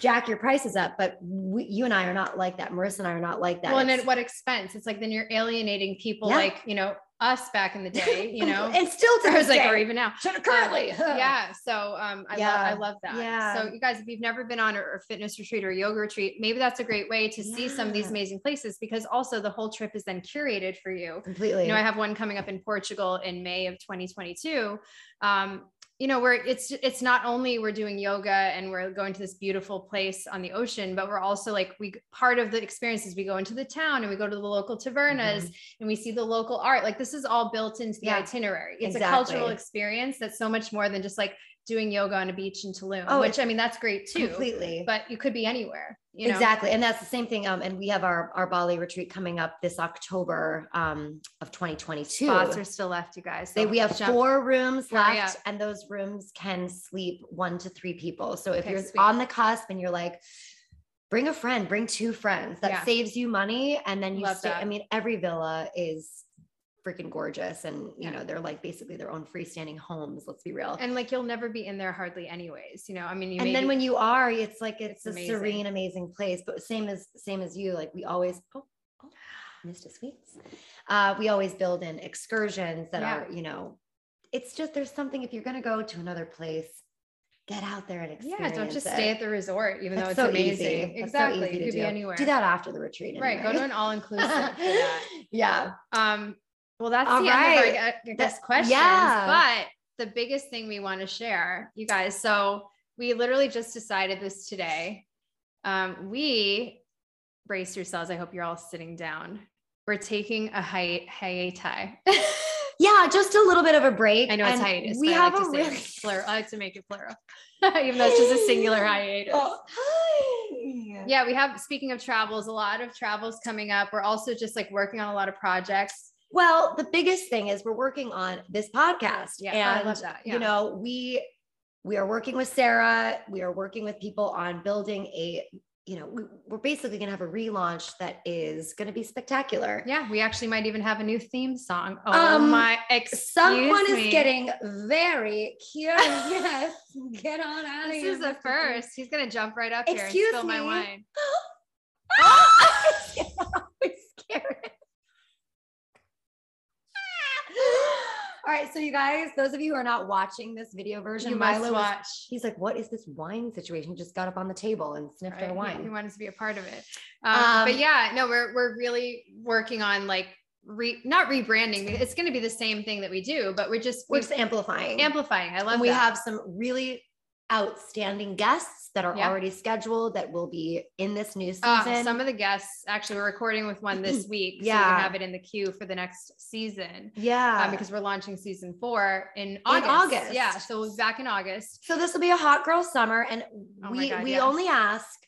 Speaker 1: jack your prices up, but we, you and I are not like that. Marissa and I are not like that.
Speaker 2: well and
Speaker 1: It's-
Speaker 2: at what expense it's like then you're alienating people
Speaker 1: Yeah.
Speaker 2: like you know us back in the day you know
Speaker 1: and still to
Speaker 2: or
Speaker 1: this
Speaker 2: it's like
Speaker 1: day,
Speaker 2: or even now Um,
Speaker 1: to- currently,
Speaker 2: yeah so um i
Speaker 1: Yeah.
Speaker 2: love i love that
Speaker 1: Yeah.
Speaker 2: so you guys if you've never been on a, a fitness retreat or yoga retreat maybe that's a great way to see some of these
Speaker 1: Yeah.
Speaker 2: amazing places because also the whole trip is then curated for you
Speaker 1: completely.
Speaker 2: you know i have one coming up in portugal in may of 2022 um you know where it's it's not only we're doing yoga and we're going to this beautiful place on the ocean but we're also like we part of the experience is we go into the town and we go to the local tavernas and we see the local art like this is all built into the
Speaker 1: Mm-hmm. Yeah,
Speaker 2: itinerary it's a
Speaker 1: exactly.
Speaker 2: cultural experience that's so much more than just like doing yoga on a beach in Tulum
Speaker 1: Oh,
Speaker 2: which I mean that's great too
Speaker 1: completely.
Speaker 2: but you could be anywhere you know
Speaker 1: Exactly. And that's the same thing. Um, and we have our, our Bali retreat coming up this October um, of 2022.
Speaker 2: spots are still left you guys
Speaker 1: They,
Speaker 2: so
Speaker 1: we have
Speaker 2: jump-
Speaker 1: four rooms
Speaker 2: Hurry
Speaker 1: left, and those rooms can sleep one to three people. So if
Speaker 2: Okay,
Speaker 1: you're
Speaker 2: sweet.
Speaker 1: on the cusp and you're like, bring a friend, bring two friends, that
Speaker 2: Yeah.
Speaker 1: saves you money. And then you
Speaker 2: Love
Speaker 1: stay. I
Speaker 2: that.
Speaker 1: mean, every villa is freaking gorgeous. And, you
Speaker 2: Yeah.
Speaker 1: know, they're like basically their own freestanding homes, let's be real. And,
Speaker 2: and like you'll never be in there hardly anyways you know i mean you
Speaker 1: then
Speaker 2: maybe-
Speaker 1: when you are, it's like it's,
Speaker 2: It's
Speaker 1: a
Speaker 2: amazing.
Speaker 1: serene, amazing place. But same as same as you, like we always oh, oh missed a sweets. Uh, we always build in excursions that
Speaker 2: Yeah.
Speaker 1: are, you know, it's just there's something if you're gonna go to another place, get out there and experience.
Speaker 2: yeah don't just
Speaker 1: it.
Speaker 2: stay at the resort even
Speaker 1: That's
Speaker 2: though
Speaker 1: so
Speaker 2: it's amazing
Speaker 1: easy. That's so
Speaker 2: exactly
Speaker 1: easy
Speaker 2: you
Speaker 1: to
Speaker 2: could be
Speaker 1: do.
Speaker 2: anywhere
Speaker 1: Do that after the retreat.
Speaker 2: right go to
Speaker 1: anyway.
Speaker 2: an all-inclusive for that.
Speaker 1: yeah.
Speaker 2: um well that's
Speaker 1: All
Speaker 2: the
Speaker 1: right.
Speaker 2: end of our I guess questions
Speaker 1: yeah.
Speaker 2: but the biggest thing we want to share you guys so we literally just decided this today um we brace yourselves i hope you're all sitting down we're taking a hi- hiatus
Speaker 1: Yeah, just a little bit of a break.
Speaker 2: I know it's
Speaker 1: and
Speaker 2: hiatus.
Speaker 1: We
Speaker 2: but
Speaker 1: have
Speaker 2: I
Speaker 1: a
Speaker 2: like to say
Speaker 1: really
Speaker 2: it's plural. I like to make it plural, even though it's just a singular hiatus.
Speaker 1: Oh, hi.
Speaker 2: Yeah, we have. Speaking of travels, a lot of travels coming up. We're also just like working on a lot of projects.
Speaker 1: Well, the biggest thing is we're working on this podcast.
Speaker 2: Yeah,
Speaker 1: and
Speaker 2: I love that. Yeah.
Speaker 1: you know we we are working with sarah we are working with people on building a you know, we, we're basically going to have a relaunch that is going to be spectacular.
Speaker 2: Yeah, we actually might even have a new theme song. Oh
Speaker 1: Um,
Speaker 2: my! Excuse
Speaker 1: Someone
Speaker 2: me.
Speaker 1: is getting very curious. Get on out of
Speaker 2: This
Speaker 1: here.
Speaker 2: is
Speaker 1: Mr.
Speaker 2: a
Speaker 1: Green.
Speaker 2: first. He's gonna jump right up here
Speaker 1: Excuse
Speaker 2: and spill my
Speaker 1: me.
Speaker 2: wine.
Speaker 1: I'm scared. All right, so you guys, those of you who are not watching this video version,
Speaker 2: You
Speaker 1: Milo
Speaker 2: must
Speaker 1: was-
Speaker 2: watch.
Speaker 1: he's like, "What is this wine situation?" He just got up on the table and sniffed
Speaker 2: Right.
Speaker 1: our
Speaker 2: He-
Speaker 1: wine.
Speaker 2: He wanted to be a part of it. Um,
Speaker 1: Um,
Speaker 2: but yeah, no, we're we're really working on like re not rebranding. It's going to be the same thing that we do, but we're just
Speaker 1: We're
Speaker 2: we're
Speaker 1: just amplifying.
Speaker 2: amplifying. I love
Speaker 1: and we
Speaker 2: that.
Speaker 1: have some really outstanding guests that are
Speaker 2: Yeah.
Speaker 1: already scheduled that will be in this new season.
Speaker 2: Uh, some of the guests actually we're recording with one this week, so we
Speaker 1: Yeah.
Speaker 2: can have it in the queue for the next season
Speaker 1: yeah.
Speaker 2: um, because we're launching season four in August.
Speaker 1: August.
Speaker 2: Yeah, so we'll be back in August.
Speaker 1: So this will be a hot girl summer, and
Speaker 2: Oh my
Speaker 1: we
Speaker 2: God,
Speaker 1: we
Speaker 2: yes.
Speaker 1: only ask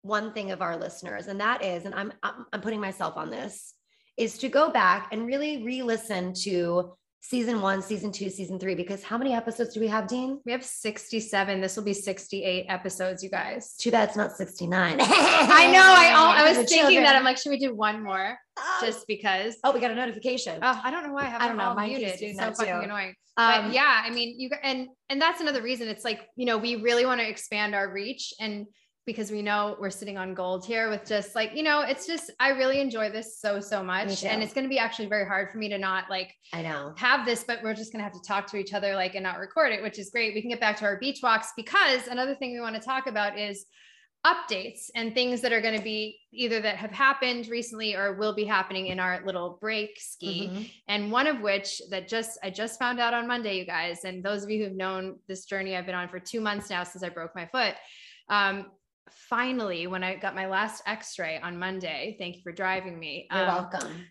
Speaker 1: one thing of our listeners, and that is, and I'm I'm, I'm putting myself on this, is to go back and really re-listen to season one, season two, season three, because how many episodes do we have, Dean?
Speaker 2: We have 67. This will be 68 episodes, you guys.
Speaker 1: Too bad it's not 69.
Speaker 2: I know. I all, I was
Speaker 1: For the
Speaker 2: thinking that.
Speaker 1: children.
Speaker 2: I'm like, should we do one more
Speaker 1: just
Speaker 2: just because?
Speaker 1: oh, we got a notification.
Speaker 2: Oh, I don't know why I have
Speaker 1: I don't
Speaker 2: them
Speaker 1: know.
Speaker 2: all
Speaker 1: Mine keeps
Speaker 2: muted.
Speaker 1: doing
Speaker 2: It's so
Speaker 1: that
Speaker 2: fucking
Speaker 1: too.
Speaker 2: annoying. But
Speaker 1: um,
Speaker 2: yeah, I mean, you and and that's another reason. It's like you know we really want to expand our reach, and because we know we're sitting on gold here with just like you know, it's just I really enjoy this so so much,
Speaker 1: too.
Speaker 2: and it's going to be actually very hard for me to not like
Speaker 1: I know.
Speaker 2: have this, but we're just going to have to talk to each other like and not record it, which is great. We can get back to our beach walks because another thing we want to talk about is updates and things that are going to be either that have happened recently or will be happening in our little break ski
Speaker 1: Mhm.
Speaker 2: and one of which that just I just found out on Monday, you guys, and those of you who've known this journey I've been on for two months now since I broke my foot. Um, finally, when I got my last X-ray on Monday, thank you for driving me.
Speaker 1: You're
Speaker 2: um,
Speaker 1: welcome.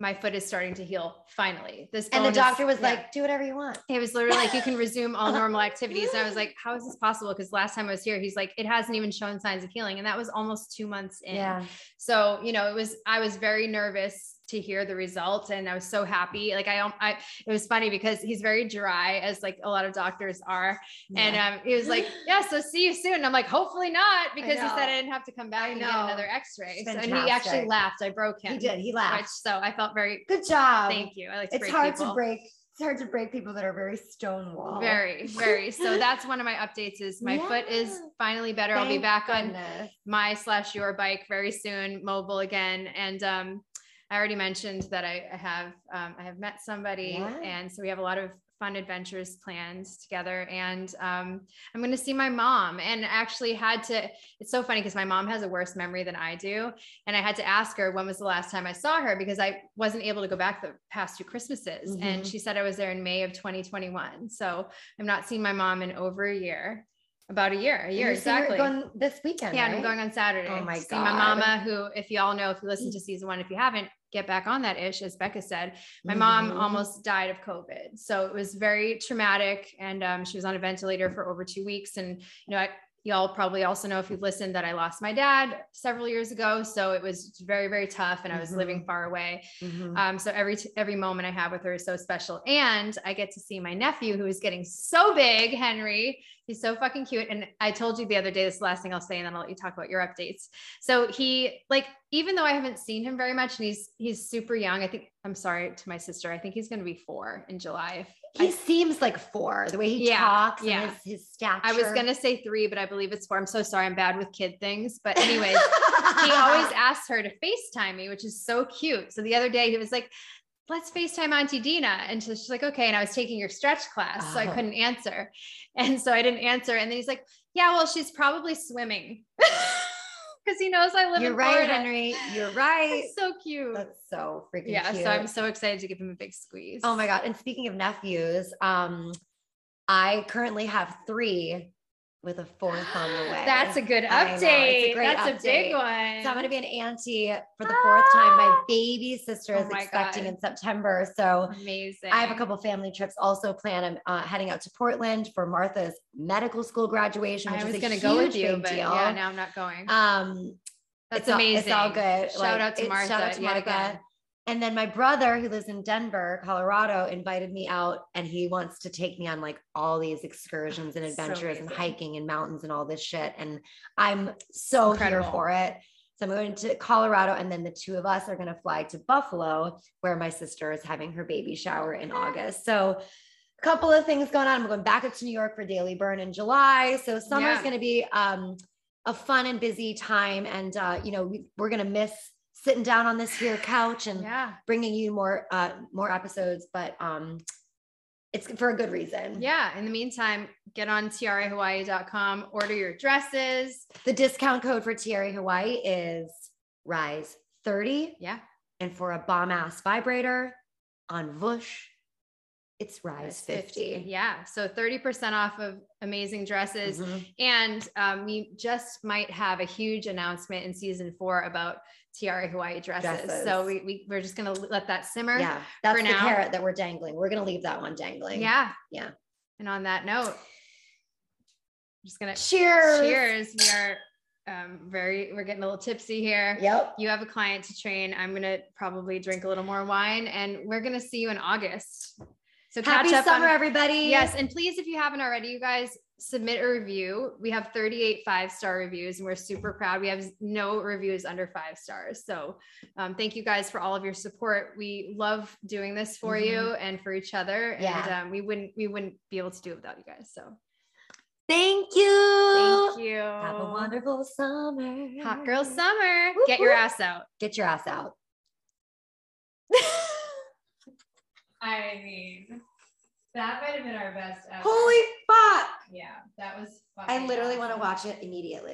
Speaker 2: my foot is starting to heal finally. This
Speaker 1: And the
Speaker 2: bone is-
Speaker 1: doctor was
Speaker 2: yeah.
Speaker 1: like, "Do whatever you want."
Speaker 2: It was literally like you can resume all normal activities. And I was like, how is this possible? Because last time I was here, he's like, it hasn't even shown signs of healing. And that was almost two months in.
Speaker 1: Yeah.
Speaker 2: So, you know, it was, I was very nervous to hear the result and I was so happy. Like I, don't- I, it was funny because he's very dry as like a lot of doctors are. And um, he was like, yeah, so see you soon. And I'm like, hopefully not because he
Speaker 1: know.
Speaker 2: said I didn't have to come back
Speaker 1: I
Speaker 2: and get
Speaker 1: know.
Speaker 2: another x-ray.
Speaker 1: It's
Speaker 2: So, and he actually
Speaker 1: fantastic.
Speaker 2: laughed. I broke him.
Speaker 1: he did. He
Speaker 2: Which,
Speaker 1: laughed.
Speaker 2: so I felt very,
Speaker 1: Good job.
Speaker 2: thank you. I like to
Speaker 1: it's
Speaker 2: break
Speaker 1: hard
Speaker 2: people.
Speaker 1: to break it's hard to break people that are very stonewall
Speaker 2: Very, very. So that's one of my updates is my foot is
Speaker 1: Yeah.
Speaker 2: finally better. I'll be
Speaker 1: Thank
Speaker 2: back on
Speaker 1: goodness.
Speaker 2: my slash your bike very soon, mobile again. And um, I already mentioned that I, I have um, I have met somebody,
Speaker 1: Yeah.
Speaker 2: and so we have a lot of fun adventures planned together. And um, I'm going to see my mom, and actually had to. It's so funny because my mom has a worse memory than I do, and I had to ask her when was the last time I saw her because I wasn't able to go back the past two Christmases, and
Speaker 1: Mhm.
Speaker 2: she said I was there in May of 2021. So I've not seen my mom in over a year. About a year, a year
Speaker 1: You're saying
Speaker 2: exactly.
Speaker 1: you're going this weekend
Speaker 2: Yeah, and I'm
Speaker 1: right?
Speaker 2: going on Saturday.
Speaker 1: Oh my
Speaker 2: to See my
Speaker 1: God. Mm-hmm.
Speaker 2: mama, who, if y'all know, if you listen to season one, if you haven't, get back on that ish. As Becca said, my mom
Speaker 1: Mhm.
Speaker 2: almost died of COVID, so it was very traumatic, and um, she was on a ventilator for over two weeks. And you know, I, y'all probably also know if you've listened that I lost my dad several years ago, so it was very, very tough, and I was
Speaker 1: Mhm.
Speaker 2: living far away.
Speaker 1: Mhm.
Speaker 2: Um, so every t- every moment I have with her is so special, and I get to see my nephew who is getting so big, Henry. He's so fucking cute. And I told you the other day, this is the last thing I'll say, and then I'll let you talk about your updates. So he, like, even though I haven't seen him very much, and he's he's super young. I think I'm sorry to my sister. I think he's going to be four in July.
Speaker 1: he seems like four the way he
Speaker 2: Yeah,
Speaker 1: talks
Speaker 2: yeah.
Speaker 1: and his, his stature
Speaker 2: I was going to say three, but I believe it's four. I'm so sorry. I'm bad with kid things, but anyways. he always asks her to FaceTime me, which is so cute. So the other day he was like, let's FaceTime Auntie Dina. And so she's like, okay. And I was taking your stretch class, so I
Speaker 1: Oh.
Speaker 2: couldn't answer. And so I didn't answer. And then he's like, yeah, well, she's probably swimming because he knows I live
Speaker 1: you're
Speaker 2: in
Speaker 1: right
Speaker 2: Florida.
Speaker 1: henry you're right
Speaker 2: It's so cute.
Speaker 1: that's so freaking
Speaker 2: yeah.
Speaker 1: cute.
Speaker 2: So I'm so excited to give him a big squeeze.
Speaker 1: oh my god and speaking of nephews um i currently have three with a fourth on the way
Speaker 2: That's a good
Speaker 1: I know,
Speaker 2: update.
Speaker 1: it's a great
Speaker 2: That's a big
Speaker 1: update.
Speaker 2: one.
Speaker 1: So I'm going to be an auntie for the fourth time. My
Speaker 2: Ah!
Speaker 1: baby sister is
Speaker 2: Oh my
Speaker 1: expecting
Speaker 2: God.
Speaker 1: in September. So
Speaker 2: Amazing.
Speaker 1: I have a couple family trips also planned. I'm uh, heading out to Portland for Martha's medical school graduation, which
Speaker 2: I was
Speaker 1: is going
Speaker 2: gonna
Speaker 1: to
Speaker 2: go with you,
Speaker 1: big
Speaker 2: but
Speaker 1: deal.
Speaker 2: yeah, now I'm not going.
Speaker 1: Um,
Speaker 2: That's
Speaker 1: it's all-
Speaker 2: amazing.
Speaker 1: it's all good.
Speaker 2: Shout out to
Speaker 1: it's-
Speaker 2: Martha.
Speaker 1: Shout out to
Speaker 2: yet
Speaker 1: Martha.
Speaker 2: again.
Speaker 1: And then my brother, who lives in Denver, Colorado, invited me out and he wants to take me on like all these excursions and
Speaker 2: So
Speaker 1: adventures and
Speaker 2: amazing.
Speaker 1: hiking and mountains and all this shit. And I'm so
Speaker 2: Incredible.
Speaker 1: here for it. So I'm going to Colorado and then the two of us are going to fly to Buffalo where my sister is having her baby shower in August. So a couple of things going on. I'm going back up to New York for Daily Burn in July. So summer's
Speaker 2: Yeah.
Speaker 1: going to be um, a fun and busy time. And, uh, you know, we, we're going to miss sitting down on this here couch and
Speaker 2: Yeah.
Speaker 1: bringing you more uh more episodes but um it's for a good reason
Speaker 2: Yeah. In the meantime, get on trahawaii.com, order your dresses.
Speaker 1: the discount code for tiare hawaii is rise 30
Speaker 2: Yeah.
Speaker 1: and for a bomb ass vibrator on vush it's rise 50
Speaker 2: Yeah. So 30% off of amazing dresses.
Speaker 1: Mhm.
Speaker 2: And um, we just might have a huge announcement in season four about Tiara Hawaii dresses.
Speaker 1: Dresses.
Speaker 2: So we, we, we're just going to let that simmer.
Speaker 1: yeah that's the
Speaker 2: now.
Speaker 1: carrot that we're dangling we're gonna leave that one dangling
Speaker 2: Yeah.
Speaker 1: Yeah.
Speaker 2: And on that note, I'm just going to
Speaker 1: cheers
Speaker 2: cheers. We are um, very, we're getting a little tipsy here.
Speaker 1: yep
Speaker 2: You have a client to train. I'm going to probably drink a little more wine and we're going to see you in August. So
Speaker 1: happy
Speaker 2: catch up on-
Speaker 1: summer everybody
Speaker 2: Yes, and please, if you haven't already, you guys submit a review. We have 38 five star reviews, and we're super proud. We have no reviews under five stars. So, um, thank you guys for all of your support. We love doing this for you and for each other.
Speaker 1: Mm-hmm. Yeah.
Speaker 2: And um, we wouldn't we wouldn't be able to do it without you guys. So,
Speaker 1: thank you
Speaker 2: thank you.
Speaker 1: have a wonderful summer
Speaker 2: hot girl summer.
Speaker 1: Whoop,
Speaker 2: Get your
Speaker 1: whoop.
Speaker 2: ass out.
Speaker 1: get your ass out
Speaker 2: I mean, that might have been our best.
Speaker 1: holy fuck
Speaker 2: yeah, that was.
Speaker 1: I literally want to watch it immediately.